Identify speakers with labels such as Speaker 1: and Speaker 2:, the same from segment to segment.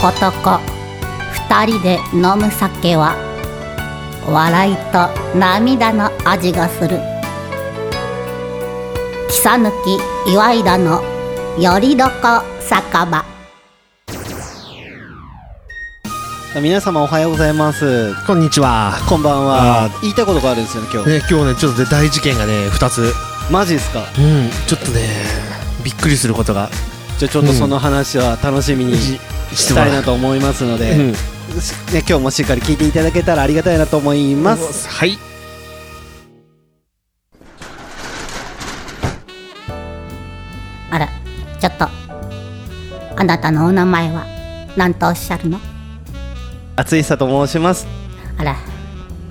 Speaker 1: 男二人で飲む酒は笑いと涙の味がする木さぬき岩井田のよりどこ酒場
Speaker 2: 皆様おはようございます
Speaker 3: こんにちは。
Speaker 2: こんばんは
Speaker 3: あー
Speaker 2: 言いたいことがあるんですよね今日、
Speaker 3: ね、今日ね、ちょっとね大事件がね、二つ。
Speaker 2: マジですか
Speaker 3: うん、ちょっとね、びっくりすることが。
Speaker 2: じゃあちょっとその話は楽しみに
Speaker 3: し
Speaker 2: したいなと思いますので、
Speaker 3: うん
Speaker 2: しね、今日もしっかり聞いていただけたらありがたいなと思います
Speaker 3: はい。
Speaker 1: あらちょっとあなたのお名前は何とおっしゃるの
Speaker 2: 厚井さと申します
Speaker 1: あら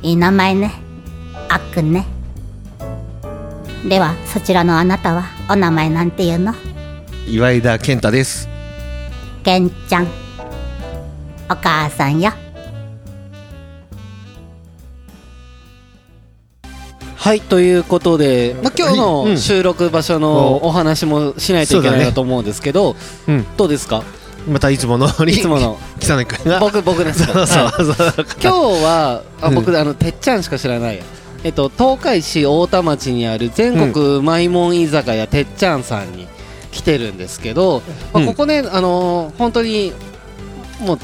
Speaker 1: いい名前ねあっくんねではそちらのあなたはお名前なんていうの
Speaker 3: 岩井田健太です。
Speaker 1: けんちゃんお母さんよ
Speaker 2: はいということで、まあ、今日
Speaker 3: はいう
Speaker 2: の
Speaker 3: ん
Speaker 2: 収録場所のお話もしないといけない
Speaker 3: そう
Speaker 2: な
Speaker 3: だね
Speaker 2: と思うんですけど、
Speaker 3: うん
Speaker 2: どうですか
Speaker 3: またいつものように
Speaker 2: いつもの
Speaker 3: 木更君が。
Speaker 2: 僕僕です
Speaker 3: そ
Speaker 2: か
Speaker 3: うそ
Speaker 2: はいう
Speaker 3: そう。
Speaker 2: 今日はあ
Speaker 3: うん
Speaker 2: 僕、あのてっちゃんしか知らないえっと東海市太田町にある全国うまいもん居酒屋てっちゃんさんに来てるんですけど、まあ
Speaker 3: うん
Speaker 2: ここねあのー本当にもう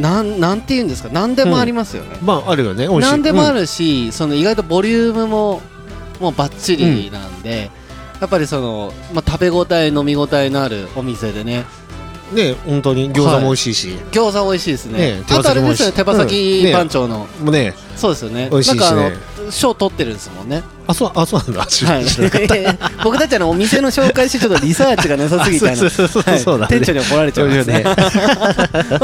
Speaker 2: なんなんて言うんですか何でもありますよね、
Speaker 3: まあ、あるよね、美味しい。
Speaker 2: 何でもあ
Speaker 3: る。
Speaker 2: るし、その意外とボリュームももうバッチリなんで、やっぱりその、まあ、食べ応え飲み応えのあるお店でね
Speaker 3: ね、本当に餃子も美味しいし。
Speaker 2: 餃子美味しいですね
Speaker 3: ね手
Speaker 2: あ
Speaker 3: 羽
Speaker 2: とあれ
Speaker 3: 先も美
Speaker 2: です
Speaker 3: 味しい
Speaker 2: よね手羽
Speaker 3: うん
Speaker 2: 先
Speaker 3: ね
Speaker 2: 番長の、
Speaker 3: もうね、
Speaker 2: そうですよね
Speaker 3: 美味しいしね
Speaker 2: なんかあの賞取ってるんですもんね
Speaker 3: あ、そう、あ、そうなんだ。知ら
Speaker 2: は
Speaker 3: ないかった。
Speaker 2: 僕たちのお店の紹介してちょっとリサーチがなさすぎたの
Speaker 3: そうそうそうそう
Speaker 2: はい
Speaker 3: そうだね
Speaker 2: 店長に怒られちゃいますねま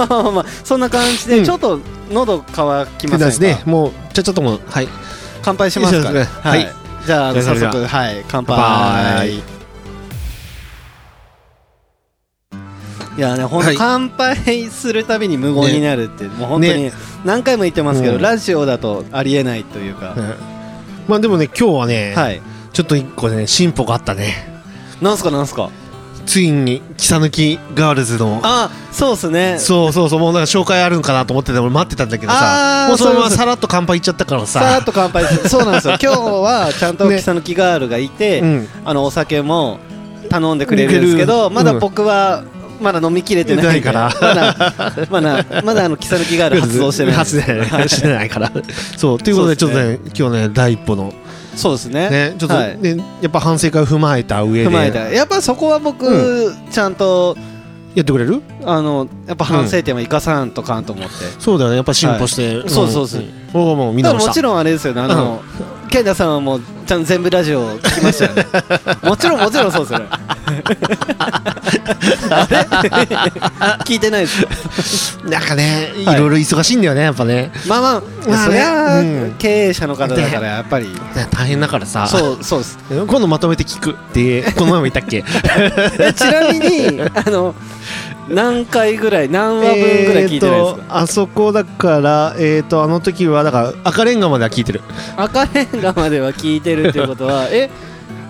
Speaker 2: あまあまあそんな感じ
Speaker 3: う
Speaker 2: で
Speaker 3: ん
Speaker 2: ちょっと喉乾き
Speaker 3: そ
Speaker 2: ま
Speaker 3: うです
Speaker 2: せん
Speaker 3: ね
Speaker 2: か。
Speaker 3: もう、ちょ、ちょっともう、はい。
Speaker 2: 乾杯しますか
Speaker 3: いいで
Speaker 2: ら
Speaker 3: すねはい
Speaker 2: じゃああの
Speaker 3: じゃ
Speaker 2: 早
Speaker 3: あそれでは
Speaker 2: 速はい乾
Speaker 3: 乾
Speaker 2: 杯
Speaker 3: 杯
Speaker 2: いやね、本当
Speaker 3: はい
Speaker 2: 乾杯するたびに無言になるって、もう本当に
Speaker 3: ね
Speaker 2: 何回も言ってますけど、
Speaker 3: うん
Speaker 2: ラジオだとありえないというか、
Speaker 3: うんまあ、でもね、今日はね、
Speaker 2: はい、
Speaker 3: ちょっと一個ね、進歩があったね。
Speaker 2: なんすかなんすか、
Speaker 3: ついに、木更木ガールズの。
Speaker 2: あ、そうっすね、
Speaker 3: そうそうそうもうなんか紹介あるんかなと思ってて俺待ってたんだけど
Speaker 2: あ
Speaker 3: さ
Speaker 2: ー
Speaker 3: もうそのま
Speaker 2: そう
Speaker 3: ま
Speaker 2: そう
Speaker 3: さらっと乾杯いっちゃったからさ
Speaker 2: さらっと乾杯するそうなんです よ今日はちゃんと
Speaker 3: ね
Speaker 2: 草抜きガールがいて、
Speaker 3: うん
Speaker 2: あのお酒も頼んでくれるんですけど
Speaker 3: くれる
Speaker 2: まだ
Speaker 3: うん
Speaker 2: 僕はまだ飲みきれてないんで
Speaker 3: 出ない
Speaker 2: まだまだまだあの草抜きガー ル発動してない
Speaker 3: 発動してない
Speaker 2: はい
Speaker 3: してないからそうということでち
Speaker 2: そ
Speaker 3: ょ
Speaker 2: う
Speaker 3: っとね今日ね第一歩の
Speaker 2: そうですね
Speaker 3: ねちょっと
Speaker 2: はい
Speaker 3: ねやっぱ反省会を踏まえた上
Speaker 2: 踏まえ
Speaker 3: で
Speaker 2: たやっぱそこは僕、
Speaker 3: う
Speaker 2: ちゃんと
Speaker 3: やってくれる
Speaker 2: あのやっぱ反省点は生かさんとかんと思って、
Speaker 3: そうだよねやっぱ進歩して
Speaker 2: そうそうそう
Speaker 3: 僕はもう見
Speaker 2: だか
Speaker 3: 直
Speaker 2: ら
Speaker 3: し
Speaker 2: も
Speaker 3: た
Speaker 2: ちろんあれですよねあの、健太さんはもうちゃんと全部ラジオ聞きました よねもちろんもちろんそうですよ ねあれ聞いてないです
Speaker 3: なんかねい
Speaker 2: はい
Speaker 3: ろいろ忙しいんだよねやっぱね
Speaker 2: まあまあ、まあ、
Speaker 3: そ
Speaker 2: そ
Speaker 3: れ
Speaker 2: りゃあ、
Speaker 3: うん
Speaker 2: 経営者の方だからやっぱり
Speaker 3: 大変だからさ
Speaker 2: そうそうです
Speaker 3: 今度まとめて聞くってこの前も言ったっ け
Speaker 2: えちなみに あの何回ぐらい何話分ぐらい聞いてないです
Speaker 3: えー
Speaker 2: か、
Speaker 3: とあそこだからえっとあの時はだから赤レンガまでは聞いてる
Speaker 2: 赤レンガまでは聞いてるっていうことはえ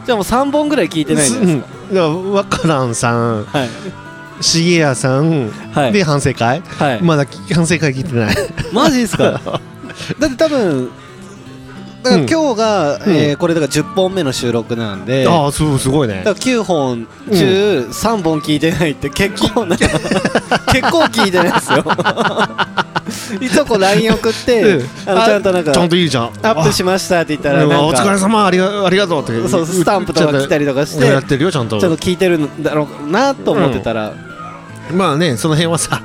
Speaker 2: じゃあもう3本ぐらい聞いてないんじゃないですか、
Speaker 3: うんだからワカランさん
Speaker 2: はい
Speaker 3: シゲヤさん、
Speaker 2: はい
Speaker 3: で反省会、
Speaker 2: はい、
Speaker 3: まだき反省会聞いてない
Speaker 2: マジです かだって多分だから今日が、
Speaker 3: うん
Speaker 2: えーこれだから10本目の収録なんで、
Speaker 3: ああそうすごいね
Speaker 2: だから9本中3本聞いてないって結構 な結構聞いてないですよいとこ LINE 送って、
Speaker 3: うん
Speaker 2: あのちゃんとなんか
Speaker 3: ちゃんと言うじゃん
Speaker 2: アップしましたって言ったら
Speaker 3: あ
Speaker 2: な
Speaker 3: うんんお疲れ
Speaker 2: か
Speaker 3: 様ありがありがとうって
Speaker 2: そうスタンプとか来た
Speaker 3: り
Speaker 2: りとかして
Speaker 3: やってるよちゃんと
Speaker 2: ちょっと聞いてるんだろうなと思ってたら、
Speaker 3: まあねその辺はさ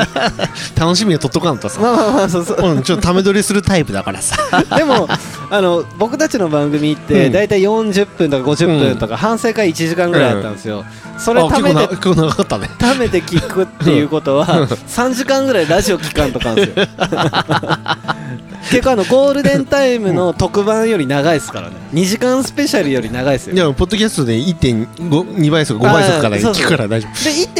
Speaker 3: 楽しみを取っとかんとさ
Speaker 2: まあまあまあそうそう
Speaker 3: うんちょっとため撮りするタイプだからさ
Speaker 2: でもあの僕たちの番組って
Speaker 3: うん
Speaker 2: 大体40分とか50分とか反省会1時間ぐらいあったんですよ、それ
Speaker 3: あ
Speaker 2: 貯め
Speaker 3: 結構な
Speaker 2: て
Speaker 3: 結構長かったね
Speaker 2: 貯めて聞くっていうことは3時間ぐらいラジオ聞かんとかんすよ結構あのゴールデンタイムの特番より長いですからね2時間スペシャルより長いですよ
Speaker 3: い
Speaker 2: で
Speaker 3: やポッドキャストで1.2倍速5倍速から
Speaker 2: あーそうそう
Speaker 3: 聞くから大丈夫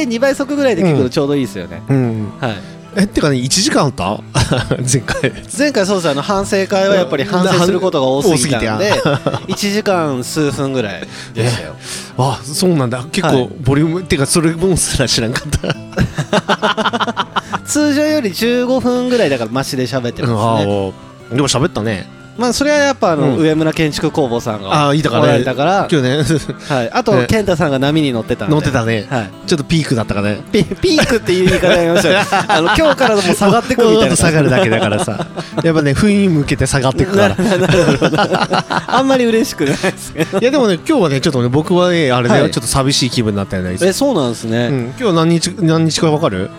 Speaker 2: 1.2倍速ぐらいで聞く
Speaker 3: う
Speaker 2: と
Speaker 3: ん
Speaker 2: ちょうどいいですよね、
Speaker 3: うん
Speaker 2: はい
Speaker 3: えってかね1時間あった 前回
Speaker 2: 前回そうですねあの反省会はやっぱり反省することが多すぎたんで
Speaker 3: 多すぎて
Speaker 2: 1時間数分ぐらいでしたよ
Speaker 3: あそうなんだ結構、
Speaker 2: はい
Speaker 3: ボリュームっていうかそれもすら知らんかった、
Speaker 2: 通常より15分ぐらいだからマシで喋って
Speaker 3: うんあ
Speaker 2: ますね
Speaker 3: ーでも喋ったね
Speaker 2: まあそれはやっぱあの、
Speaker 3: うん
Speaker 2: 上村建築工房さんが
Speaker 3: あーいいだから
Speaker 2: おら
Speaker 3: ね
Speaker 2: れたから
Speaker 3: 今日ね
Speaker 2: はい、あと、
Speaker 3: ね
Speaker 2: 健太さんが波に乗ってたんで
Speaker 3: 乗ってたね
Speaker 2: はい
Speaker 3: ちょっとピークだったかね
Speaker 2: ピピークっていう言い方やりまし たよあの今日からでも下がってくみ
Speaker 3: もう
Speaker 2: た
Speaker 3: あ
Speaker 2: い
Speaker 3: と
Speaker 2: な
Speaker 3: 下がるだけだからさやっぱね雰囲気向けて下がってくから
Speaker 2: なるほど あんまり嬉しくないです ね
Speaker 3: いやでもね今日はねちょっとね僕はねあれだよ、
Speaker 2: はい
Speaker 3: ちょっと寂しい気分になったよねいつも
Speaker 2: えそうなんですね、
Speaker 3: うん、今日何日何日かわかる、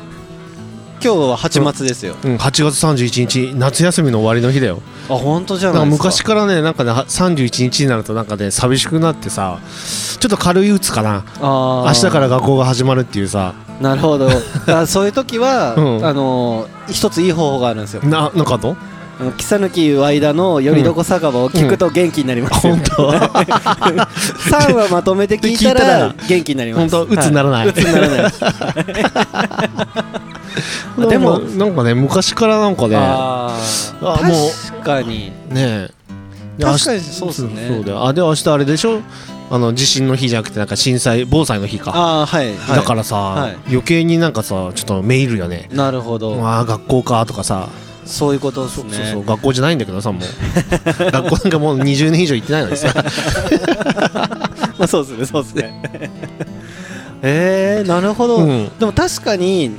Speaker 2: 今日は8月ですよ、
Speaker 3: うん、8月31日夏休みの終わりの日だよ
Speaker 2: あ本当じゃ
Speaker 3: だか
Speaker 2: ない
Speaker 3: ら
Speaker 2: ですか
Speaker 3: 昔からねなんかねは31日になるとなんかね寂しくなってさちょっと軽い鬱かな
Speaker 2: あー
Speaker 3: 明日から学校が始まるっていうさ
Speaker 2: なるほどあそういう時は、
Speaker 3: うん
Speaker 2: あのー一ついい方法があるんですよ
Speaker 3: ななんかあんの
Speaker 2: あの草抜きワイダのよりどこ酒場を聞くと元気になりますよ、
Speaker 3: 本当
Speaker 2: 3話まとめて聞いた
Speaker 3: で
Speaker 2: ら
Speaker 3: 聞
Speaker 2: 元気になりま
Speaker 3: 本
Speaker 2: す
Speaker 3: 当鬱にならない、
Speaker 2: はい鬱にならないです
Speaker 3: なんか
Speaker 2: でも
Speaker 3: なんかね昔からなんかね
Speaker 2: あー
Speaker 3: あもう
Speaker 2: 確かに
Speaker 3: ねえで
Speaker 2: 確かにそうっすね
Speaker 3: 明日そうだよあで明日あれでしょあの地震の日じゃなくてなんか震災防災の日か
Speaker 2: ああはい、はい、
Speaker 3: だからさ、
Speaker 2: はい
Speaker 3: 余計になんかさちょっとメールよね
Speaker 2: なるほど、
Speaker 3: まあ学校かとかさ
Speaker 2: そういうことです
Speaker 3: そう
Speaker 2: ね
Speaker 3: そうそう学校じゃないんだけどさもう 学校なんかもう20年以上行ってないのにさ
Speaker 2: まあ そうですねそうです ねえー、なるほど、
Speaker 3: うん
Speaker 2: でも確かに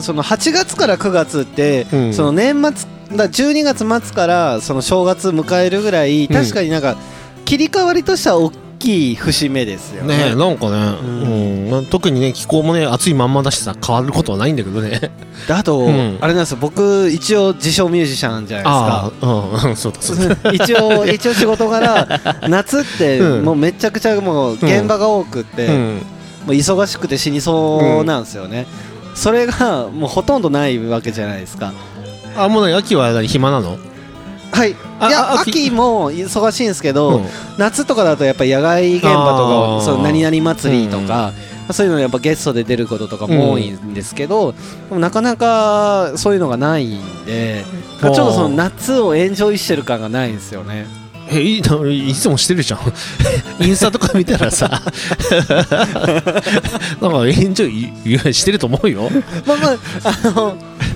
Speaker 2: その8月から9月って、
Speaker 3: うん
Speaker 2: その年末だ12月末からその正月迎えるぐらい
Speaker 3: うん
Speaker 2: 確かになんか切り替わりとしては大きい節目ですよ
Speaker 3: ね
Speaker 2: ね
Speaker 3: えなんか
Speaker 2: う
Speaker 3: ね、うんんまあ特にね気候もね暑いまんまだしさ変わることはないんだけどね
Speaker 2: であと、
Speaker 3: うん
Speaker 2: あれなんですよ僕一応自称ミュージシャンじゃない
Speaker 3: ああうん そうだそうだ
Speaker 2: ですか一 応一応仕事柄夏って
Speaker 3: うん
Speaker 2: もうめちゃくちゃもう現場が多くって、
Speaker 3: うん
Speaker 2: もう忙しくて死にそうなんですよね、それがもうほとんどないわけじゃないですか
Speaker 3: あもうね秋は何暇なの
Speaker 2: はいい
Speaker 3: あ
Speaker 2: や
Speaker 3: あ秋
Speaker 2: 秋も忙しいんですけど、
Speaker 3: うん
Speaker 2: 夏とかだとやっぱ野外現場と
Speaker 3: あー
Speaker 2: かその何々祭りとか、そういうのやっぱゲストで出ることとかも多いんですけど、でもなかなかそういうのがないんでち
Speaker 3: あ
Speaker 2: ょ
Speaker 3: ー
Speaker 2: っとその夏をエンジョイしてる感がないんですよね
Speaker 3: えいいないつもしてるじゃん インスタとか見たらさ なんかエンジョイいやしてると思うよ
Speaker 2: まあまああの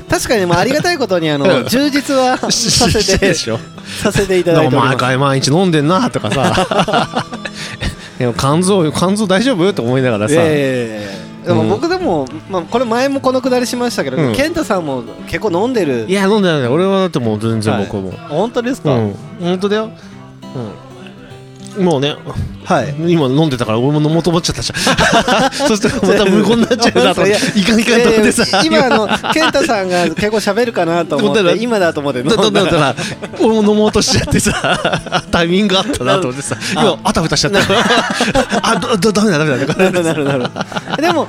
Speaker 2: 確かにまあありがたいことにあ
Speaker 3: う
Speaker 2: の
Speaker 3: ん
Speaker 2: 充実はさ
Speaker 3: し
Speaker 2: せ
Speaker 3: てる
Speaker 2: て
Speaker 3: でしょ
Speaker 2: させていただ
Speaker 3: ないん
Speaker 2: て
Speaker 3: か
Speaker 2: おります
Speaker 3: 毎回毎日飲んでんなとかさ でも肝臓肝臓大丈夫と思いながらさ、
Speaker 2: ええでも僕でも、まあ、これ前もこのくだりしましたけど、
Speaker 3: うん
Speaker 2: 健太さんも結構飲んでる
Speaker 3: いや飲んでない俺はだってもう全然僕も、
Speaker 2: 本当です
Speaker 3: う
Speaker 2: か、
Speaker 3: ん本当だよ、うん、もうね
Speaker 2: はい
Speaker 3: 今飲んでたから俺も飲もうと思っちゃったじゃんそしてまた無言になっちゃ うなと思っ
Speaker 2: いや
Speaker 3: ていかんいかんと思ってさ
Speaker 2: いやいや今 あの健太さんが結構喋るかなと思っ
Speaker 3: 思った
Speaker 2: て
Speaker 3: ら
Speaker 2: 今だと思って飲ん
Speaker 3: だ
Speaker 2: だ
Speaker 3: だだから俺も飲もうとしちゃってさタイミングあったなと思ってさ今あたふたしちゃったあだだダメだダメだだから
Speaker 2: なるなるなる でも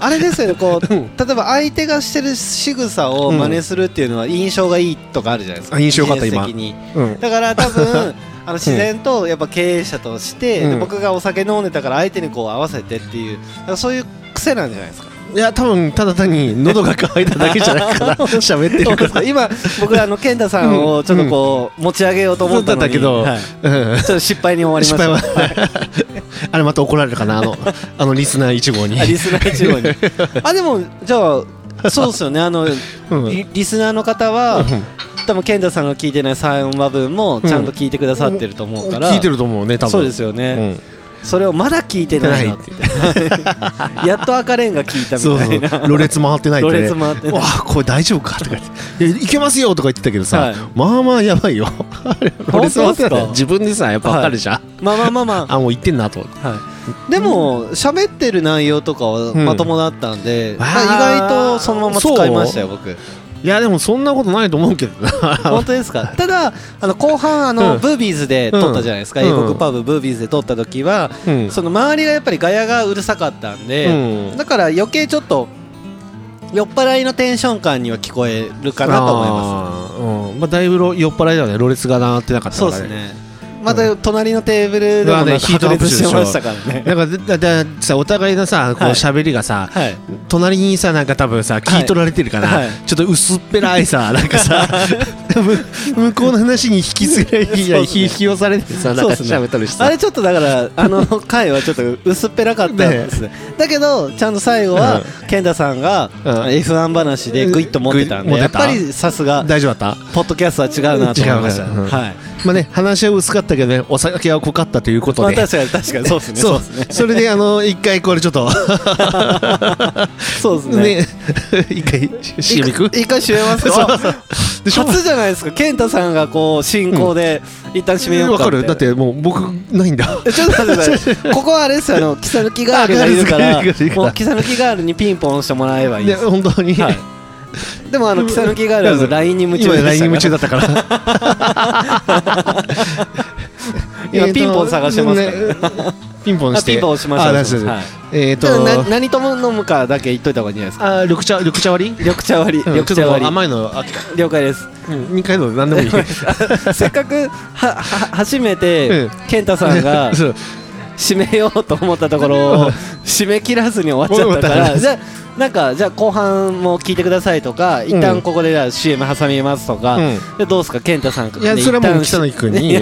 Speaker 2: あれですよねこう、
Speaker 3: うん
Speaker 2: 例えば相手がしてる仕草を真似するっていうのは印象がいいとかあるじゃないですか、
Speaker 3: あ印象良かった
Speaker 2: 技術
Speaker 3: 今
Speaker 2: 的に
Speaker 3: うん
Speaker 2: だから多分あの自然とやっぱ経営者として、
Speaker 3: うん
Speaker 2: で僕がお酒飲んでたから相手にこう合わせてっていうだからそういう癖なんじゃないですか
Speaker 3: いや多分ただ単に喉が渇いただけじゃないかな喋ってるから
Speaker 2: 今僕あの健太さんをちょっとこう持ち上げようと思ったのに
Speaker 3: だったけど
Speaker 2: はい
Speaker 3: うん
Speaker 2: ちょっと失敗に終わりま
Speaker 3: 失
Speaker 2: した
Speaker 3: 敗はあれまた怒られるかなあのあのリスナー1号に
Speaker 2: あリスナー一号に あでもじゃあそうですよねあの、
Speaker 3: うん
Speaker 2: リリスナーの方は多分健太さんが聞いてない3話分もちゃんと聞いてくださってると思うから、
Speaker 3: 聞いてると思うね多分
Speaker 2: そうです
Speaker 3: よ
Speaker 2: よね、それをまだ聞いてないなって やっと赤レンガ聞いた
Speaker 3: そ
Speaker 2: み
Speaker 3: う
Speaker 2: た
Speaker 3: そ
Speaker 2: いうな
Speaker 3: ろれつ回ってないって
Speaker 2: ろれつ回ってない
Speaker 3: わあこれ大丈夫かとか言っていやいけますよとか言ってたけどさ、
Speaker 2: はい
Speaker 3: まあまあやばいよ
Speaker 2: 本当
Speaker 3: ろれつ回って
Speaker 2: です
Speaker 3: な
Speaker 2: か
Speaker 3: い自分でさやっぱ分かるじゃん、
Speaker 2: まあまあまあまあ
Speaker 3: あもう言ってんなと思って
Speaker 2: はい、でも喋ってる内容とかは
Speaker 3: うん
Speaker 2: まともだったんで、
Speaker 3: わ
Speaker 2: ま
Speaker 3: ー
Speaker 2: あ意外とそのまま使いましたよ僕
Speaker 3: いやでもそんなことないと思うけどな
Speaker 2: 本当です かただあの後半あの、
Speaker 3: うん
Speaker 2: ブービーズで撮ったじゃないですか、
Speaker 3: うん
Speaker 2: 英国パブブービーズで撮った時は、
Speaker 3: うん
Speaker 2: その周りがやっぱりガヤがうるさかったん
Speaker 3: う
Speaker 2: で、
Speaker 3: ん
Speaker 2: だから余計ちょっと酔っ払いのテンション感には聞こえるかなと思いま
Speaker 3: あーうんまあだいぶろ酔っ払いだよねろれつがなってなかっ
Speaker 2: す
Speaker 3: た
Speaker 2: そ
Speaker 3: か
Speaker 2: う
Speaker 3: ら
Speaker 2: ですねまた隣のテーブルでも
Speaker 3: まあね
Speaker 2: なんか
Speaker 3: ヒート
Speaker 2: 白
Speaker 3: アップ
Speaker 2: 熱
Speaker 3: する
Speaker 2: して
Speaker 3: でしょ
Speaker 2: ましたからね。
Speaker 3: なんかだだださお互いのさこう
Speaker 2: はい
Speaker 3: 喋りがさ、
Speaker 2: はい、
Speaker 3: 隣にさなんか多分さ聞い取られてるから、
Speaker 2: はい
Speaker 3: ちょっと薄っぺらいさなんかさむ向こうの話に引き継がれいや
Speaker 2: そうっすね
Speaker 3: 引き寄されてさなん
Speaker 2: そう
Speaker 3: か
Speaker 2: っすね
Speaker 3: 喋ったりして
Speaker 2: あ
Speaker 3: さ
Speaker 2: れちょっとだからあの回はちょっと薄っぺらかったんですねだけどちゃんと最後は健太さんが
Speaker 3: うん
Speaker 2: F1 話でグイッと持ってたんで
Speaker 3: グイッ
Speaker 2: やっ
Speaker 3: 持ってた
Speaker 2: ぱりさすが
Speaker 3: 大丈夫だった
Speaker 2: ポッドキャストは違うなと思いました
Speaker 3: 違うねうん
Speaker 2: はい
Speaker 3: まあね話は薄かったけどねお酒は濃かったということ
Speaker 2: まあ
Speaker 3: で、
Speaker 2: 確かに確かにそうですね
Speaker 3: そ
Speaker 2: そう
Speaker 3: う
Speaker 2: ですね
Speaker 3: それであの一回これちょっと
Speaker 2: そうですね
Speaker 3: ね 一回 CM いく
Speaker 2: 一回閉めます
Speaker 3: そう
Speaker 2: か
Speaker 3: でしょ
Speaker 2: 初じゃないですか健太さんがこう進行で一旦閉めよう
Speaker 3: わ
Speaker 2: か
Speaker 3: かるだってもう僕ないんだ
Speaker 2: えちょっと待ってくだ さいここはあれですよあのキサヌキガールがいるか
Speaker 3: あ
Speaker 2: ら
Speaker 3: ガールズがいるから
Speaker 2: もうキサヌキガールにピンポンしてもらえばいい
Speaker 3: で
Speaker 2: です
Speaker 3: 本当に、
Speaker 2: はいでもあのキサヌキガールは LINE に夢中
Speaker 3: 今
Speaker 2: でした
Speaker 3: LINE に夢中
Speaker 2: だ
Speaker 3: だったから
Speaker 2: 今
Speaker 3: えーと
Speaker 2: ピンポン探してます
Speaker 3: ねピンポンして
Speaker 2: あピンポン押しました
Speaker 3: あ大丈夫
Speaker 2: はい
Speaker 3: えっ、ー、と
Speaker 2: な何とも飲むかだけ言っといた方がいいんじゃないですか
Speaker 3: あ緑茶緑茶割り
Speaker 2: 緑茶割り
Speaker 3: うん
Speaker 2: 緑
Speaker 3: ち
Speaker 2: 茶
Speaker 3: ょっ
Speaker 2: 割
Speaker 3: と
Speaker 2: り
Speaker 3: 甘いのあ
Speaker 2: 了解です
Speaker 3: 二回の何でもいい
Speaker 2: せっかくはは初めて
Speaker 3: う
Speaker 2: 健太 さんが
Speaker 3: そう
Speaker 2: 締めようと思ったところを締め切らずに終わっちゃったか
Speaker 3: 終わ
Speaker 2: ら
Speaker 3: っ
Speaker 2: じゃあなんかじゃあ後半も聞いてくださいとか一
Speaker 3: うん
Speaker 2: 旦ここでじゃあ CM 挟みますとか、
Speaker 3: うん
Speaker 2: でどうすか健太さん
Speaker 3: いや
Speaker 2: で
Speaker 3: それはもう
Speaker 2: 一旦
Speaker 3: 北野君にも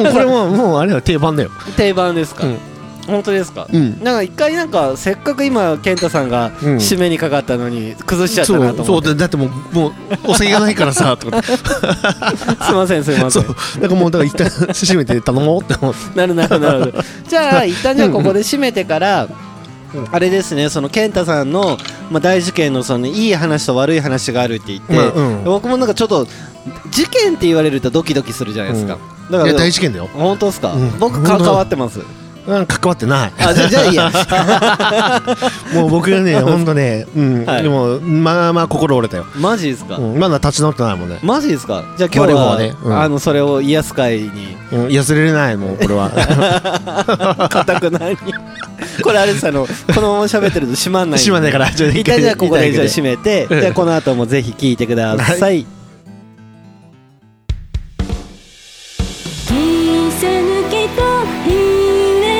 Speaker 3: う これももうあれだ定番だよ
Speaker 2: 定番ですか、
Speaker 3: うん
Speaker 2: 本当ですか、
Speaker 3: うん
Speaker 2: なんか一回なんかせっかく今健太さんが
Speaker 3: うん
Speaker 2: 締めにかかったのに崩しちゃった
Speaker 3: そ
Speaker 2: な
Speaker 3: う
Speaker 2: と
Speaker 3: そ
Speaker 2: 思
Speaker 3: う
Speaker 2: って、
Speaker 3: だだってもうもうお酒がないからさと か
Speaker 2: すいませんすいませ
Speaker 3: そ
Speaker 2: ん
Speaker 3: うだからもうだから一旦閉めて頼もうって 思って
Speaker 2: なるなるなるじゃあ一旦じゃあここで締めてからあれですねその健太さんの、まあ、大事件のそのいい話と悪い話があるって言って、
Speaker 3: まあうん
Speaker 2: 僕もなんかちょっと事件って言われるとドキドキするじゃないですか、だ
Speaker 3: い
Speaker 2: か
Speaker 3: や
Speaker 2: ら
Speaker 3: 大事件だよ
Speaker 2: 本当ですか、
Speaker 3: うん
Speaker 2: 僕関わってます
Speaker 3: うん関わってない
Speaker 2: あじゃあじゃあいいや
Speaker 3: もう僕が ね、ほんとね、うん、
Speaker 2: はい
Speaker 3: でも、まあまあ心折れたよ。
Speaker 2: マジですか、
Speaker 3: うん、まだ立ち直ってないもんね。
Speaker 2: マジですかじゃあ今日は、
Speaker 3: 我々はねうん
Speaker 2: あのそれを癒す会に
Speaker 3: うん、痩れれないもん、こ れは。
Speaker 2: かたくないこれあれですあのこのまま喋ってると閉まんないんで
Speaker 3: 閉まんないから、じゃあ
Speaker 2: 一旦じゃあここでじゃあ
Speaker 3: 一
Speaker 2: 閉めて
Speaker 3: うん
Speaker 2: じゃあこの後もぜひ聞いてください
Speaker 4: 「見せ抜きとひね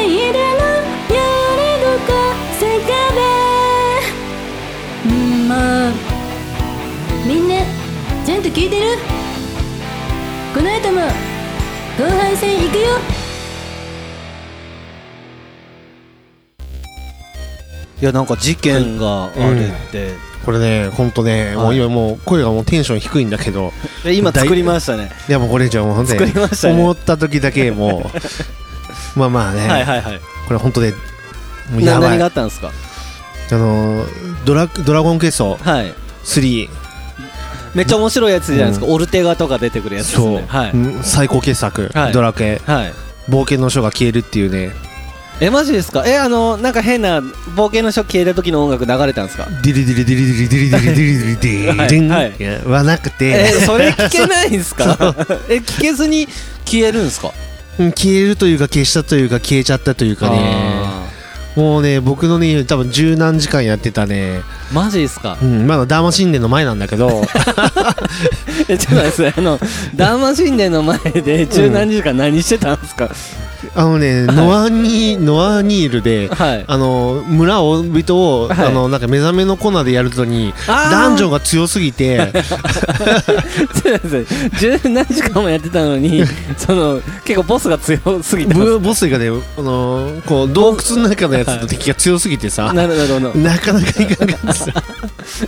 Speaker 4: いでのやりどこせかで」「もうみんなちゃんと聞いてるこの後も後半戦いくよ」
Speaker 2: いやなんか事件があるって、
Speaker 3: これね、ほんとね、もう今もう声がもうテンション低いんだけど、
Speaker 2: で今作りましたね
Speaker 3: いやもうこれ以上もうね
Speaker 2: 作りましたね
Speaker 3: 思った時だけもう、まあまあ
Speaker 2: はい
Speaker 3: ね、
Speaker 2: はいはい
Speaker 3: これほんとね、もう
Speaker 2: な
Speaker 3: やば
Speaker 2: 何
Speaker 3: い。
Speaker 2: があ
Speaker 3: あ
Speaker 2: ったんですか
Speaker 3: のー、ドラドラゴンクエスト
Speaker 2: はい
Speaker 3: 3、
Speaker 2: めっちゃ面白いやつじゃないですか、オルテガとか出てくるやつです
Speaker 3: そう
Speaker 2: ねはい、
Speaker 3: うん最高傑作
Speaker 2: は、い
Speaker 3: ドラクエ、
Speaker 2: はい
Speaker 3: 冒険の書が消えるっていうね、
Speaker 2: えマジですかえあのなんか変な冒険の書消えた時の音楽流れたんですか
Speaker 3: ディリディリディリディリディリディリディリディリディリディン
Speaker 2: はいはい
Speaker 3: いやはなく
Speaker 2: え
Speaker 3: て、
Speaker 2: それ聞けないんす かえ聞けずに消えるんすか
Speaker 3: うん消えるというか消したというか消えちゃったというかね
Speaker 2: あ
Speaker 3: もうね僕のね多分十何時間やってたね、
Speaker 2: ーマジですか
Speaker 3: うん、まだダーマ神殿の前なんだけど
Speaker 2: えちょっと待ってそれあのダーマ神殿の前で十何時間何してたんですか、
Speaker 3: あのねノアニノアニールで
Speaker 2: はい
Speaker 3: あの村を人を、
Speaker 2: はい
Speaker 3: あのなんか目覚めの粉でやるとに
Speaker 2: あー
Speaker 3: ダンジョンが強す ぎて
Speaker 2: ちょっと待って十何時間もやってたのにその結構ボスが強すぎたんです
Speaker 3: ブボスがねあのこう洞窟の中のやつの敵が強すぎてさ、
Speaker 2: なるほどなるほど
Speaker 3: なかなかいかなかったですよ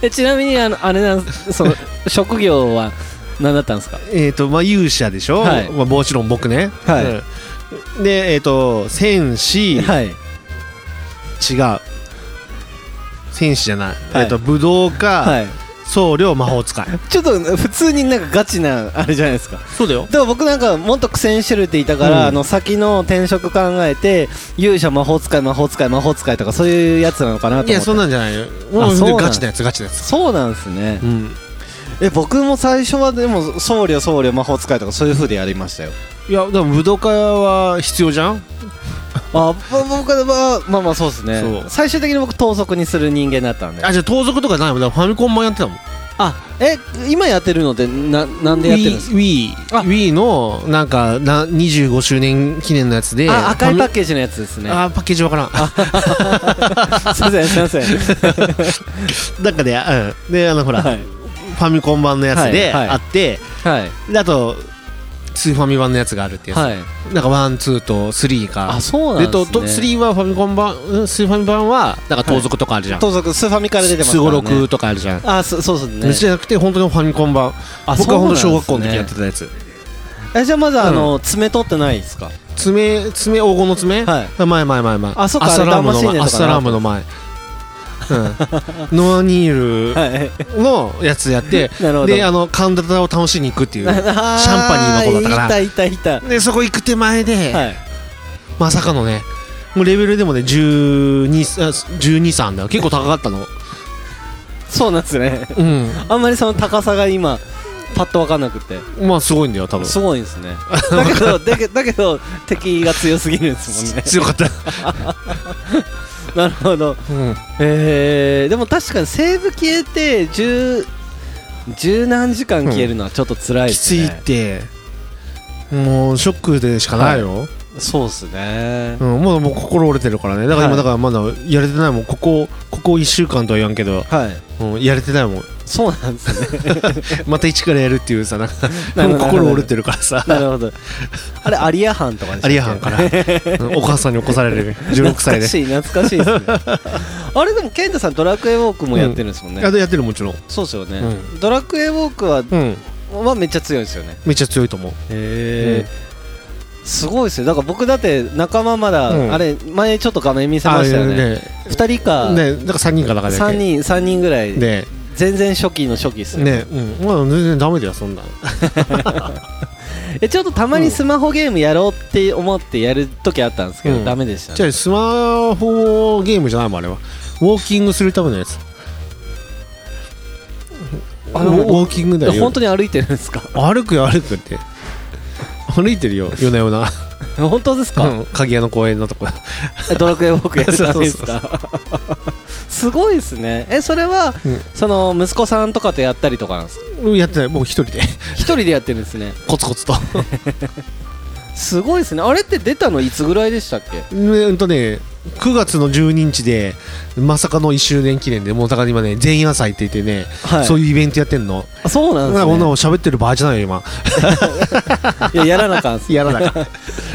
Speaker 2: えちなみにあのあれなんその職業は何だったんですか
Speaker 3: えっとまあ勇者でしょ、
Speaker 2: はい
Speaker 3: まあ、もちろん僕ね、
Speaker 2: はい
Speaker 3: うんでえっ、と戦士、
Speaker 2: はい
Speaker 3: 違う戦士じゃない、
Speaker 2: はい
Speaker 3: えっと武道家、
Speaker 2: はい
Speaker 3: 僧侶魔法使い
Speaker 2: ちょっと普通になんかガチなあれじゃないですか
Speaker 3: そうだよ
Speaker 2: でも僕なんかもっと苦戦してるって言ったから、
Speaker 3: うん
Speaker 2: あの先の転職考えて勇者魔法使い魔法使い魔法使いとかそういうやつなのかなと思っ
Speaker 3: い
Speaker 2: て
Speaker 3: やそんなんじゃないよもう
Speaker 2: そうなん
Speaker 3: ガチなやつガチなやつ
Speaker 2: そうなんですね、
Speaker 3: うん
Speaker 2: え僕も最初はでも僧侶僧侶魔法使いとかそういう風でやりましたよ
Speaker 3: いやでも武道家は必要じゃん
Speaker 2: あぼ僕はまあまあそうです
Speaker 3: そう
Speaker 2: ね最終的に僕盗賊にする人間だったんであ
Speaker 3: あじゃあ盗賊とかないもんだからファミコンもやってたもん
Speaker 2: あえ今やってるのってななんでやってるんです
Speaker 3: Wii
Speaker 2: あ
Speaker 3: Wii のなんかな25周年記念のやつで
Speaker 2: かあ赤いパッ
Speaker 3: ケ
Speaker 2: ケージのやつです ね
Speaker 3: あパッケージわからん
Speaker 2: すいませんすいません
Speaker 3: なんかね、うん、であのほら、
Speaker 2: はい
Speaker 3: ファミコン版のやつで
Speaker 2: はいはい
Speaker 3: あって、
Speaker 2: はい
Speaker 3: であと2ファミ版のやつがあるってやつ、
Speaker 2: はい
Speaker 3: なんかワンツーとスリーが
Speaker 2: あそうなんですね
Speaker 3: ととスリーはファミコン版うんスーファミ版はなんか盗賊とかあるじゃん、
Speaker 2: 盗賊スーファミから出てます
Speaker 3: ス
Speaker 2: か
Speaker 3: ゴ
Speaker 2: ら
Speaker 3: ロク
Speaker 2: ね
Speaker 3: とかあるじゃん、
Speaker 2: あそそうですね
Speaker 3: うちじゃなくて本当にファミコン版
Speaker 2: あ
Speaker 3: 僕は本当
Speaker 2: そう
Speaker 3: 小
Speaker 2: なん
Speaker 3: 学校の時やってたやつ、
Speaker 2: えじゃあまだあ
Speaker 3: うん
Speaker 2: の、爪取ってないですか
Speaker 3: 爪爪黄金の爪、
Speaker 2: はい
Speaker 3: 前前前前
Speaker 2: あそっか
Speaker 3: アッサラーム
Speaker 2: あれ騙しね
Speaker 3: の
Speaker 2: えのかな
Speaker 3: 前アッサラームの前、うん、ノアニール
Speaker 2: はい
Speaker 3: のやつやって
Speaker 2: なるほど
Speaker 3: であの神田を楽しに行くっていうシャンパニーの子だったか
Speaker 2: いたいたい
Speaker 3: らでそこ行く手前で、
Speaker 2: たはい
Speaker 3: まさかのねもうレベルでもね1213だよ結構高かったの
Speaker 2: そうなんですね
Speaker 3: うん
Speaker 2: あんまりその高さが今パッと分かんなくて
Speaker 3: まあすごいんだよ多分
Speaker 2: すごいんですねだけ どだけだけど敵が強すぎるんですもんね
Speaker 3: 強 かった、
Speaker 2: なるほど
Speaker 3: うん、
Speaker 2: えー、でも確かにセーブ消えて十十何時間消えるのはちょっと辛いで
Speaker 3: きつ
Speaker 2: す
Speaker 3: い
Speaker 2: ね、
Speaker 3: ってもうショックでしかないよ、
Speaker 2: そうですね
Speaker 3: うん、まだもう心折れてるからねだから
Speaker 2: は
Speaker 3: 今
Speaker 2: い
Speaker 3: だからまだやれてないもんここここ1週間とは言わんけど、
Speaker 2: はい
Speaker 3: うん、やれてな いもん
Speaker 2: そうなんですね
Speaker 3: また一からやるっていうさなんか
Speaker 2: なる
Speaker 3: も
Speaker 2: ほ
Speaker 3: う
Speaker 2: ど
Speaker 3: 心折れてるから さ
Speaker 2: なるほどあれアリアハンとかでしたっけ
Speaker 3: アリアハンからうんお母さんに起こさ れる16
Speaker 2: 懐
Speaker 3: 歳で
Speaker 2: かしい懐かしいですね あれでも健太さんドラクエウォークもやってるんですもんね、
Speaker 3: あでやってるもちろん
Speaker 2: そうですよね、
Speaker 3: う
Speaker 2: ドラクエウォークは、
Speaker 3: うん
Speaker 2: まあ、めっちゃ強いですよね
Speaker 3: めっちゃ強いと思う
Speaker 2: へえすごいですよだから僕だって仲間まだ、
Speaker 3: うん
Speaker 2: あれ前ちょっと画面見せましたよ
Speaker 3: あ
Speaker 2: ね二人か、
Speaker 3: ねなんか3人かだから
Speaker 2: 三人三人ぐらい
Speaker 3: で
Speaker 2: 全然初期の初期ですよ
Speaker 3: ねうんまあ全然ダメだよそんな
Speaker 2: えちょっとたまにスマホゲームやろうって思ってやる時あったんですけど、
Speaker 3: うん
Speaker 2: ダメでした
Speaker 3: じ
Speaker 2: ね
Speaker 3: ゃあスマホゲームじゃないもんあれはウォーキングするためのやつウ
Speaker 2: あ
Speaker 3: ォウォーキングだよ
Speaker 2: 本当に歩いてるんですか
Speaker 3: 歩くよ歩くって歩いてるよ夜な夜な
Speaker 2: 本当ですか、
Speaker 3: うん鍵屋の公園のとこ
Speaker 2: えドラクエウォークやるためです
Speaker 3: そう
Speaker 2: か すごいですねえそれは、
Speaker 3: うん
Speaker 2: その息子さんとかとやったりとかなんですか
Speaker 3: うんやってないもう一人で
Speaker 2: 一人でやってるんですね
Speaker 3: コツコツと
Speaker 2: すごいですねあれって出たのいつぐらいでしたっけ
Speaker 3: ねうんとね9月の12日でまさかの1周年記念でもうだから今ね前夜祭って言ってね、
Speaker 2: はい
Speaker 3: そういうイベントやってんの
Speaker 2: あそうなん
Speaker 3: なん
Speaker 2: で
Speaker 3: か
Speaker 2: す
Speaker 3: こんな
Speaker 2: ね
Speaker 3: の喋ってる場合じゃないよ今
Speaker 2: いややらなかん っす
Speaker 3: やらなかっ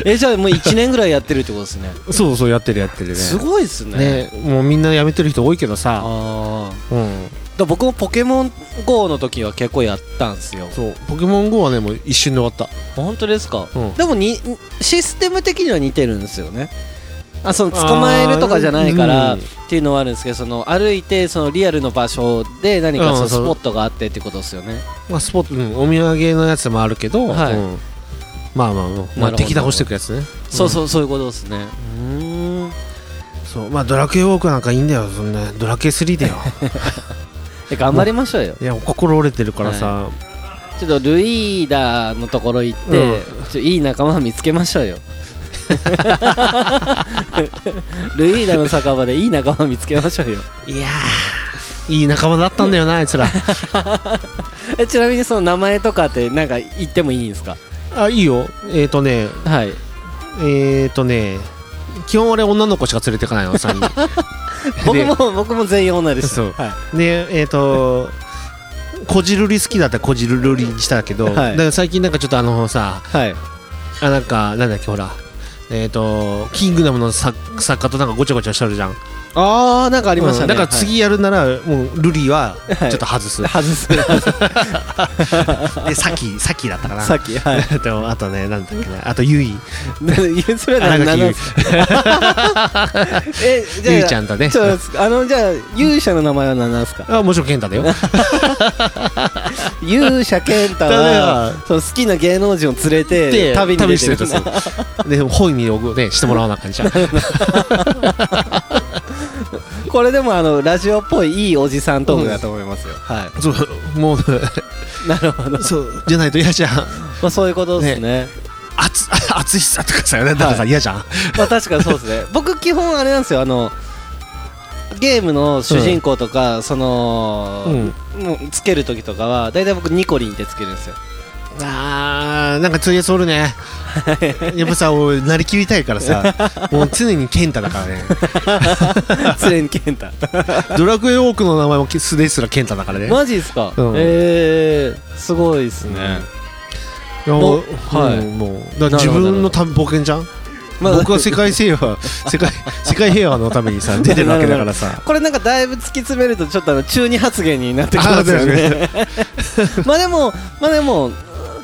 Speaker 2: えじゃあもう1年ぐらいやってるってことです ね
Speaker 3: たそうそうやってるやってるね
Speaker 2: すごいですね
Speaker 3: ねもうみんな辞めてる人多いけど
Speaker 2: ああ
Speaker 3: さう
Speaker 2: だ
Speaker 3: ん
Speaker 2: から僕もポケモン GO の時は結構やったんすよ
Speaker 3: そうポケモン GO はねもう一瞬で終わっ
Speaker 2: 本当ですか、
Speaker 3: うん
Speaker 2: でもにシステム的には似てるんですよねあその
Speaker 3: あー
Speaker 2: 捕まえるとかじゃないから
Speaker 3: うん
Speaker 2: っていうのはあるんですけどその歩いてそのリアルの場所で何かそ
Speaker 3: うん
Speaker 2: のス
Speaker 3: そう
Speaker 2: ポットがあってってことですよね
Speaker 3: た、まあ、スポット、うん、お土産のやつもあるけど、
Speaker 2: はい
Speaker 3: うんまあまあま
Speaker 2: な
Speaker 3: あ、ま
Speaker 2: るほ
Speaker 3: あ、
Speaker 2: ど
Speaker 3: 敵倒していくやつね
Speaker 2: そうそうそういうことですねうーん
Speaker 3: そうまあドラクエウォークなんかいいんだよそんなドラクエ3だよ
Speaker 2: え頑張りましょうよ
Speaker 3: いや心折れてるからさ、
Speaker 2: ちょっとルイーダーのところ行って、
Speaker 3: うん
Speaker 2: ちょっといい仲間見つけましょう よルイーダーの酒場でいい仲間見つけましょうよ
Speaker 3: い、やーいい仲間だったんだよなあいつら
Speaker 2: えちなみにその名前とかってなんか言ってもいいんですか
Speaker 3: あいいよえっ、ー、とね
Speaker 2: はい
Speaker 3: えっ、ー、とね基本俺女の子しか連れてかないの3人
Speaker 2: 僕も僕も全員女でした
Speaker 3: そう
Speaker 2: はい、
Speaker 3: でえっ、とこじるり好きだったらこじるりにしたけど、
Speaker 2: はい
Speaker 3: だから最近なんかちょっとあのさ
Speaker 2: はい、
Speaker 3: あなんかなんだっけほらえっ、とキングダムの作作家となんかごちゃごちゃしてるじゃん
Speaker 2: ああなんかあ
Speaker 3: あ
Speaker 2: りましたね、
Speaker 3: だから次やるなら、もうルリはちょ
Speaker 2: い
Speaker 3: っと外す、
Speaker 2: はい、外す外す
Speaker 3: でさっきさっきだったかな
Speaker 2: さっき はい
Speaker 3: あとあとねなんだっけなあとゆい
Speaker 2: それは
Speaker 3: 荒
Speaker 2: 何な
Speaker 3: 垣ゆ
Speaker 2: の
Speaker 3: い
Speaker 2: えじゃあ
Speaker 3: ゆいちゃんとね
Speaker 2: ちょっとあのじゃあ勇者の名前は何なんですか
Speaker 3: あもちろん健太だよ
Speaker 2: 勇者健 太は
Speaker 3: ただ
Speaker 2: その好きな芸能人を連れて
Speaker 3: で
Speaker 2: 旅に出
Speaker 3: 旅
Speaker 2: て
Speaker 3: して
Speaker 2: る
Speaker 3: るとそうで本に僕ねしてもらわなあかんじゃん
Speaker 2: これでもあのラジオっぽいいいおじさんトークだと思いますよ、はい
Speaker 3: そうもう
Speaker 2: なるほど、
Speaker 3: そうじゃないと嫌じゃん
Speaker 2: まあ、そういうことですね
Speaker 3: 暑暑いさとかさだからさ嫌じゃん
Speaker 2: まあ確かにそうですね僕基本あれなんですよあのゲームの主人公とか、その、もうつける時とかは大体僕ニコリンってつけるん ですよ
Speaker 3: あーなんか通訳お るねやっぱさ俺なりきりたいからさもう常に健太だからね
Speaker 2: 常に健太
Speaker 3: ドラクエウォークの名前もすですら健太だからね、
Speaker 2: マジですか、
Speaker 3: うん
Speaker 2: えー、すごいですね、
Speaker 3: いやもう
Speaker 2: ぼはい
Speaker 3: うんもうだから
Speaker 2: なる
Speaker 3: 自
Speaker 2: ほど
Speaker 3: 分のた冒険じゃん、
Speaker 2: まあ
Speaker 3: 僕は世界平 和世界世界平和のためにさ出てるわけだからさ
Speaker 2: これなんかだいぶ突き詰めるとちょっとあの中二発言になってきますよ
Speaker 3: あ
Speaker 2: ね まあでもまあでも